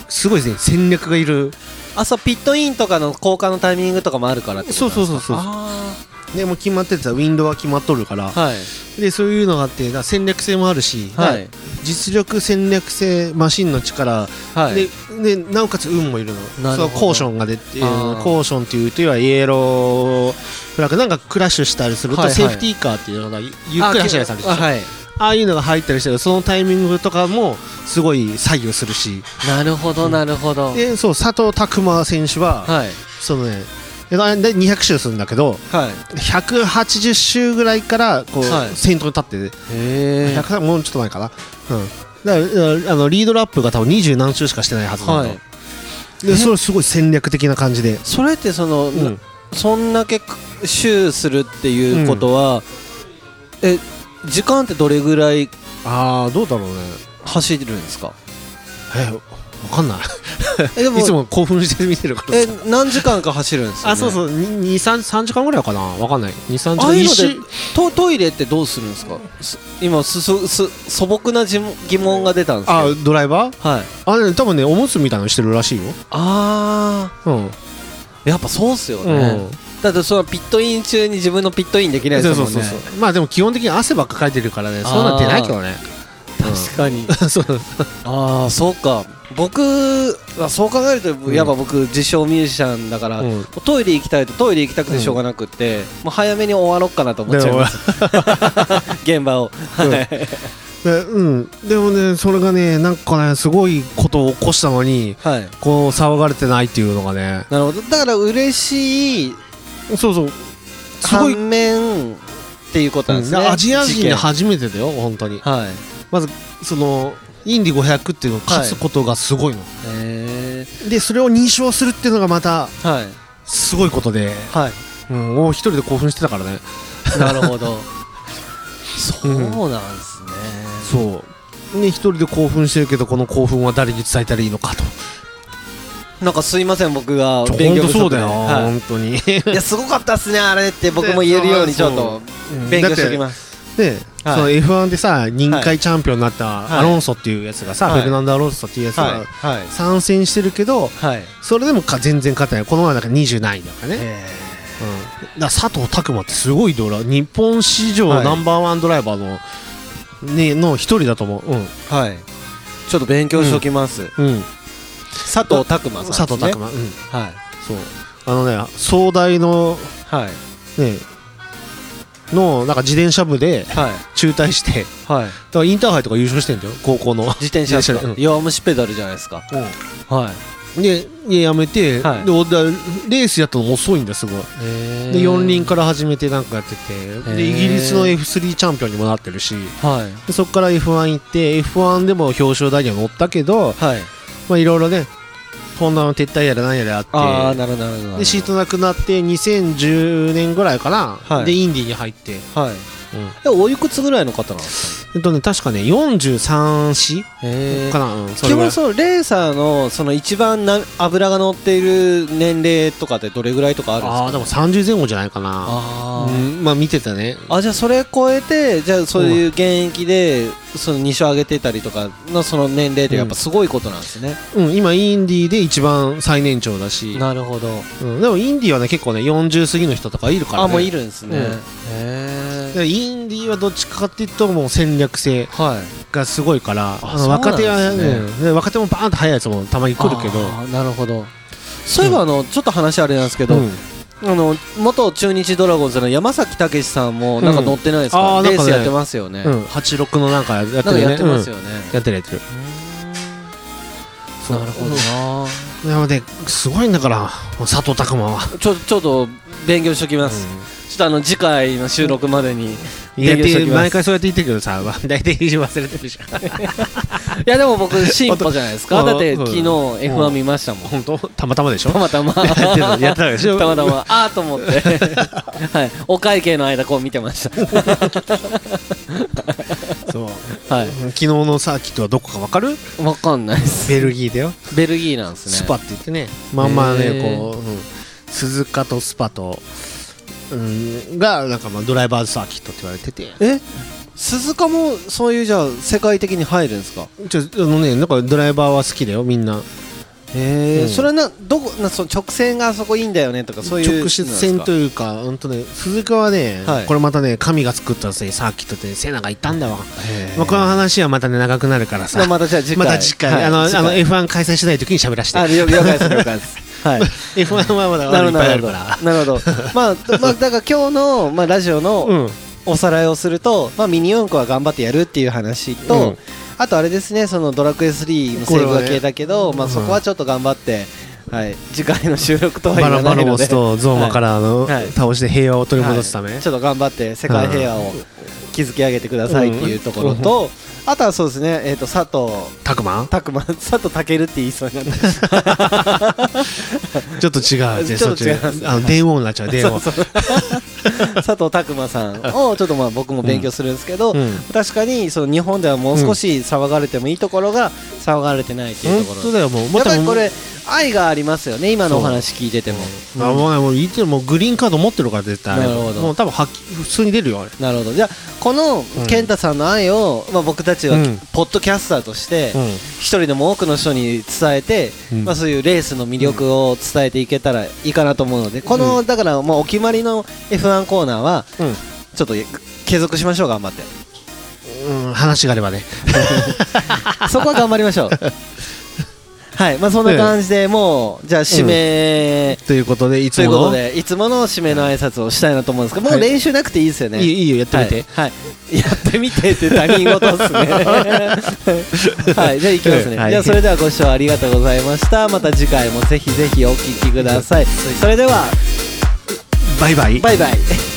Speaker 3: すごいですね戦略がいる
Speaker 2: 朝ピットインとかの交換のタイミングとかもあるからってことなんですか
Speaker 3: そうそうそうそう
Speaker 2: あ
Speaker 3: でもう決まっててさウィンドウは決まっとるから、
Speaker 2: ーはい
Speaker 3: でそういうのがあってだから戦略性もあるし、
Speaker 2: はい
Speaker 3: 実力戦略性マシンの力、
Speaker 2: はい
Speaker 3: ででなおかつ運もいる
Speaker 2: な
Speaker 3: の
Speaker 2: る
Speaker 3: そ
Speaker 2: ほど
Speaker 3: のコーションが出て
Speaker 2: あー
Speaker 3: コーションっていうといわゆるイエローフラッグなんかクラッシュしたりすると、
Speaker 2: はいはい
Speaker 3: セーフティーカーっていうのがゆっくり走られたりする
Speaker 2: あはい
Speaker 3: ああいうのが入ったりしてるそのタイミングとかもすごい左右するし
Speaker 2: なるほどなるほど、
Speaker 3: でそう佐藤拓磨選手は
Speaker 2: はい
Speaker 3: そのねえだで200周するんだけど
Speaker 2: はい
Speaker 3: 180周ぐらいからこう、
Speaker 2: はい
Speaker 3: 先頭に立って
Speaker 2: へ
Speaker 3: 100もうちょっと前かなうんだからだからあのリードラップが多分20何周しかしてないはずなんだ
Speaker 2: は
Speaker 3: と、
Speaker 2: い
Speaker 3: でそれすごい戦略的な感じで、
Speaker 2: それってその、
Speaker 3: うん
Speaker 2: なそんだけシューするっていうことは、え時間ってどれぐらい
Speaker 3: ああどうだろうね
Speaker 2: 走るんですか
Speaker 3: えわかんない
Speaker 2: えで
Speaker 3: いつも興奮して見てるから
Speaker 2: え何時間か走るんですよ、ね、
Speaker 3: あそうそう23時間ぐらいかなわかんない23時
Speaker 2: ああ
Speaker 3: 間
Speaker 2: いう
Speaker 3: 一
Speaker 2: の
Speaker 3: 周
Speaker 2: でトトイレってどうするんですかす今すすす素朴な疑問疑問が出たんです
Speaker 3: あ
Speaker 2: け
Speaker 3: ドライバー
Speaker 2: どはい
Speaker 3: あれね多分ねおむつみたいなのしてるらしいよ
Speaker 2: あ
Speaker 3: うん
Speaker 2: ーやっぱそうっすよね、
Speaker 3: うん
Speaker 2: だってそのピットイン中に自分のピットインできないで
Speaker 3: そ
Speaker 2: す
Speaker 3: うそ
Speaker 2: も
Speaker 3: うんそ
Speaker 2: ね
Speaker 3: うそうまあでも基本的に汗ばっかかいてるからねそうなってないけどね
Speaker 2: 確かに
Speaker 3: そう
Speaker 2: ああそうか僕はそう考えるとやっぱ僕自称ミュージシャンだから、
Speaker 3: うん
Speaker 2: トイレ行きたいとトイレ行きたくてしょうがなくって、もう早めに終わろうかなと思っちゃいます 現場を、はい
Speaker 3: でうんでもねそれがねなんかねすごいことを起こしたのに
Speaker 2: はい
Speaker 3: こう騒がれてないっていうのがね
Speaker 2: なるほどだから嬉しい
Speaker 3: そうそうすごい、
Speaker 2: 反面っていうことなんですね、
Speaker 3: アジア
Speaker 2: 事
Speaker 3: 人
Speaker 2: 件
Speaker 3: で初めてだよ本当に
Speaker 2: はい
Speaker 3: そのインディ500っていうのを勝つことがすごいの、
Speaker 2: えー
Speaker 3: でそれを認証するっていうのがまた
Speaker 2: はい
Speaker 3: すごいことで、
Speaker 2: はい
Speaker 3: うん、もう一人で興奮してたからね
Speaker 2: なるほ どそう
Speaker 3: うん
Speaker 2: なんですね、
Speaker 3: そうね一人で興奮してるけどこの興奮は誰に伝えたらいいのかと
Speaker 2: なんかすいません僕が
Speaker 3: 本
Speaker 2: 勉強
Speaker 3: 当
Speaker 2: 不
Speaker 3: そう
Speaker 2: 足
Speaker 3: だ
Speaker 2: で
Speaker 3: よ、
Speaker 2: はい
Speaker 3: 本当に
Speaker 2: いやすごかったっすねあれって僕も言えるようにちょっと勉強しておきます
Speaker 3: で、
Speaker 2: はい
Speaker 3: その F1 でさ任
Speaker 2: は
Speaker 3: 界チャンピオンになった
Speaker 2: はい
Speaker 3: アロンソっていうやつがさ、
Speaker 2: はい
Speaker 3: フェルナンド・アロンソっていうやつが、
Speaker 2: はいはい
Speaker 3: 参戦してるけど
Speaker 2: はい
Speaker 3: それでもか全然勝てないこの前なんか20何位だからね、
Speaker 2: え
Speaker 3: うん、だから佐藤拓磨ってすごいドラ日本史上
Speaker 2: はい
Speaker 3: ナンバーワンドライバーの、ね、の一人だと思う、うん
Speaker 2: ーはいちょっと勉強しておきます、
Speaker 3: うん
Speaker 2: 佐藤拓磨さ
Speaker 3: 佐
Speaker 2: んです
Speaker 3: 藤
Speaker 2: ね
Speaker 3: 拓磨、うん、
Speaker 2: はい
Speaker 3: そうあのね壮大の
Speaker 2: はい
Speaker 3: ねのなんか自転車部で
Speaker 2: はい
Speaker 3: 中退してだ
Speaker 2: はい
Speaker 3: からインターハイとか優勝してんだよ高校の
Speaker 2: 自転車ですか
Speaker 3: 自転車で
Speaker 2: 弱虫ペダルじゃないですかはい
Speaker 3: ででやめて、
Speaker 2: はい
Speaker 3: でおだレースやったの遅いんだすごい
Speaker 2: で
Speaker 3: で4輪から始めてなんかやっててで
Speaker 2: へー
Speaker 3: イギリスの F3 チャンピオンにもなってるし
Speaker 2: はい
Speaker 3: でそこから F1 行って F1 でも表彰台には乗ったけど
Speaker 2: はい
Speaker 3: まあいろいろねホンダの撤退やら何やら
Speaker 2: ああ
Speaker 3: あって
Speaker 2: なるほどなるほどなるほど
Speaker 3: でシートなくなって2010年ぐらいかな、
Speaker 2: はい
Speaker 3: でインディーに入って、
Speaker 2: はい
Speaker 3: うん
Speaker 2: えおいくつぐらいの方なんです
Speaker 3: えっとね確かね43子
Speaker 2: かへ
Speaker 3: かな、うん、そ
Speaker 2: 基
Speaker 3: れぐ
Speaker 2: 本
Speaker 3: らい
Speaker 2: そのレーサーのその一番な油が乗っている年齢とかってどれぐらいとかあるんですか
Speaker 3: ああでも30前後じゃないかな
Speaker 2: あ
Speaker 3: う
Speaker 2: ー
Speaker 3: んまあ見てたね
Speaker 2: あじゃあそれ超えてじゃあそういう現役でその2勝上げてたりとかのその年齢ってやっぱすごいことなんですね、
Speaker 3: うん今インディーで一番最年長だし、
Speaker 2: なるほど
Speaker 3: うん、でもインディーはね結構ね40過ぎの人とかいるから、ね、
Speaker 2: あもういるんですね、
Speaker 3: うん
Speaker 2: へえ
Speaker 3: でインディーはどっちかっていうともう戦略性
Speaker 2: はい
Speaker 3: がすごいからあの
Speaker 2: そうなん
Speaker 3: 若手は、
Speaker 2: ですね
Speaker 3: うんで若手もバーンと速いやつもたまに来るけど
Speaker 2: あーなるほどそういえばあの、ちょっと話あれなんですけど、
Speaker 3: うん
Speaker 2: あの元中日ドラゴンズの山崎武史さんもなんか乗ってないですか、
Speaker 3: うんあー
Speaker 2: レ
Speaker 3: なん
Speaker 2: ー
Speaker 3: かね
Speaker 2: スやってますよね、
Speaker 3: うん、86のなんかやってるね
Speaker 2: なんかやってますよね、
Speaker 3: うんやってるやってるそう
Speaker 2: なるほどな
Speaker 3: でもねすごいんだから佐藤拓 磨は
Speaker 2: ちょちょっと勉強しときます、ちょっとあの次回 の収録までに、
Speaker 3: いや
Speaker 2: 勉強しておきます
Speaker 3: 毎回そうやって言ってるけどさ 大体忘れてるじ ゃん
Speaker 2: いやでも僕進歩じゃない ですか
Speaker 3: あと
Speaker 2: だって昨日
Speaker 3: うん
Speaker 2: F1 見ましたもん
Speaker 3: 本当たまたまでし ょ
Speaker 2: たまたま
Speaker 3: やってたやってたでし ょ
Speaker 2: たまたまああと思って はいお会計の間こう見てました
Speaker 3: そう
Speaker 2: はい
Speaker 3: 昨日のサーキットはどこかわ かる
Speaker 2: わかんないです
Speaker 3: ベルギーだよ
Speaker 2: ベルギーなんですね
Speaker 3: スパって言ってねまんまあね
Speaker 2: へー
Speaker 3: こう、うん鈴鹿とスパと、うん、がなんかまあドライバーズサーキットって言われてて
Speaker 2: え鈴鹿もそういうじゃあ世界的に入るんですか
Speaker 3: ちょあのねなんかドライバーは好きだよみん
Speaker 2: へ
Speaker 3: な
Speaker 2: え、
Speaker 3: うん
Speaker 2: それはなどこなその直線があそこいいんだよねとかそういう
Speaker 3: 直線と
Speaker 2: いう
Speaker 3: いうかほんとね鈴鹿はね、
Speaker 2: はい
Speaker 3: これまたね神が作ったですねサーキットでセナがいたんだわ、まあ、この
Speaker 2: は
Speaker 3: 話はまたね長くなるからさ
Speaker 2: またじゃあ次
Speaker 3: ま
Speaker 2: 回
Speaker 3: た次回、
Speaker 2: はい
Speaker 3: あの
Speaker 2: 次回
Speaker 3: あの F1 開催しない時に喋らせて
Speaker 2: あ了了解です了解です はい
Speaker 3: F1 はま
Speaker 2: な
Speaker 3: だまだい
Speaker 2: るほ
Speaker 3: っ
Speaker 2: ど
Speaker 3: ぱ
Speaker 2: な
Speaker 3: いあ
Speaker 2: る
Speaker 3: る
Speaker 2: ほど
Speaker 3: から
Speaker 2: なるほど まあまあだから今日のまあラジオの、
Speaker 3: うん
Speaker 2: おさらいをすると、まあ、ミニ四駆は頑張ってやるっていう話と、
Speaker 3: うん
Speaker 2: あとあれですねそのドラクエ3のセーブが消えたけど、まあ、そこはちょっと頑張って、はい、次回の収録とは
Speaker 3: バ
Speaker 2: 言
Speaker 3: ロ
Speaker 2: わ
Speaker 3: バ
Speaker 2: な
Speaker 3: ロ
Speaker 2: い
Speaker 3: ボ
Speaker 2: ので
Speaker 3: スとゾーマからあの
Speaker 2: はい
Speaker 3: 倒して平和を取り戻すため、
Speaker 2: はいちょっと頑張って世界平和を築き上げてくださいっていうところと、あとはそうですね、えー、と佐藤
Speaker 3: タクマン
Speaker 2: 拓磨佐藤健って言いそうになった
Speaker 3: ちょっと違うね
Speaker 2: ちょっと違います
Speaker 3: そっちあの電話になっちゃう電話
Speaker 2: 佐藤拓磨さんをちょっとまあ僕も勉強するんですけど、
Speaker 3: うん
Speaker 2: 確かにその日本ではもう少し騒がれてもいいところが騒がれてないっていうところ、
Speaker 3: 本当だよもう
Speaker 2: や
Speaker 3: ま
Speaker 2: っぱ
Speaker 3: た
Speaker 2: り
Speaker 3: も
Speaker 2: こ
Speaker 3: う
Speaker 2: れ愛がありますよね今のお話聞いてても、
Speaker 3: あもうねもういいってもうグリーンカード持ってるから絶対
Speaker 2: なるほど
Speaker 3: もう多分はっき普通に出るよあれ
Speaker 2: なるほどじゃあこの健太さんの愛を、まあ、僕たちは
Speaker 3: うん
Speaker 2: ポッドキャスターとして、
Speaker 3: うん
Speaker 2: 一人でも多くの人に伝えて、
Speaker 3: うん
Speaker 2: まあ、そういうレースの魅力を伝えていけたらいいかなと思うのでこの、だからまあお決まりの F1 コーナーは
Speaker 3: うん
Speaker 2: ちょっと継続しましょう頑張って
Speaker 3: うん、話があればね
Speaker 2: そこは頑張りまし ょうはいまあそんな感じでもうじゃあ締め、
Speaker 3: ということでいつ
Speaker 2: とい
Speaker 3: も
Speaker 2: う
Speaker 3: の
Speaker 2: ことでいつもの締めの挨拶をしたいなと思うんですけどもう
Speaker 3: はい
Speaker 2: 練習なくていいですよね、
Speaker 3: いいよいいよやってみて、
Speaker 2: はい、はいやってみてって他人事っ すねはいじゃあいきますね、
Speaker 3: はい
Speaker 2: じゃあそれではご視聴ありがとうございましたまた次回もぜひぜひお聞きくださいそれでは
Speaker 3: バイバイ
Speaker 2: バイバイ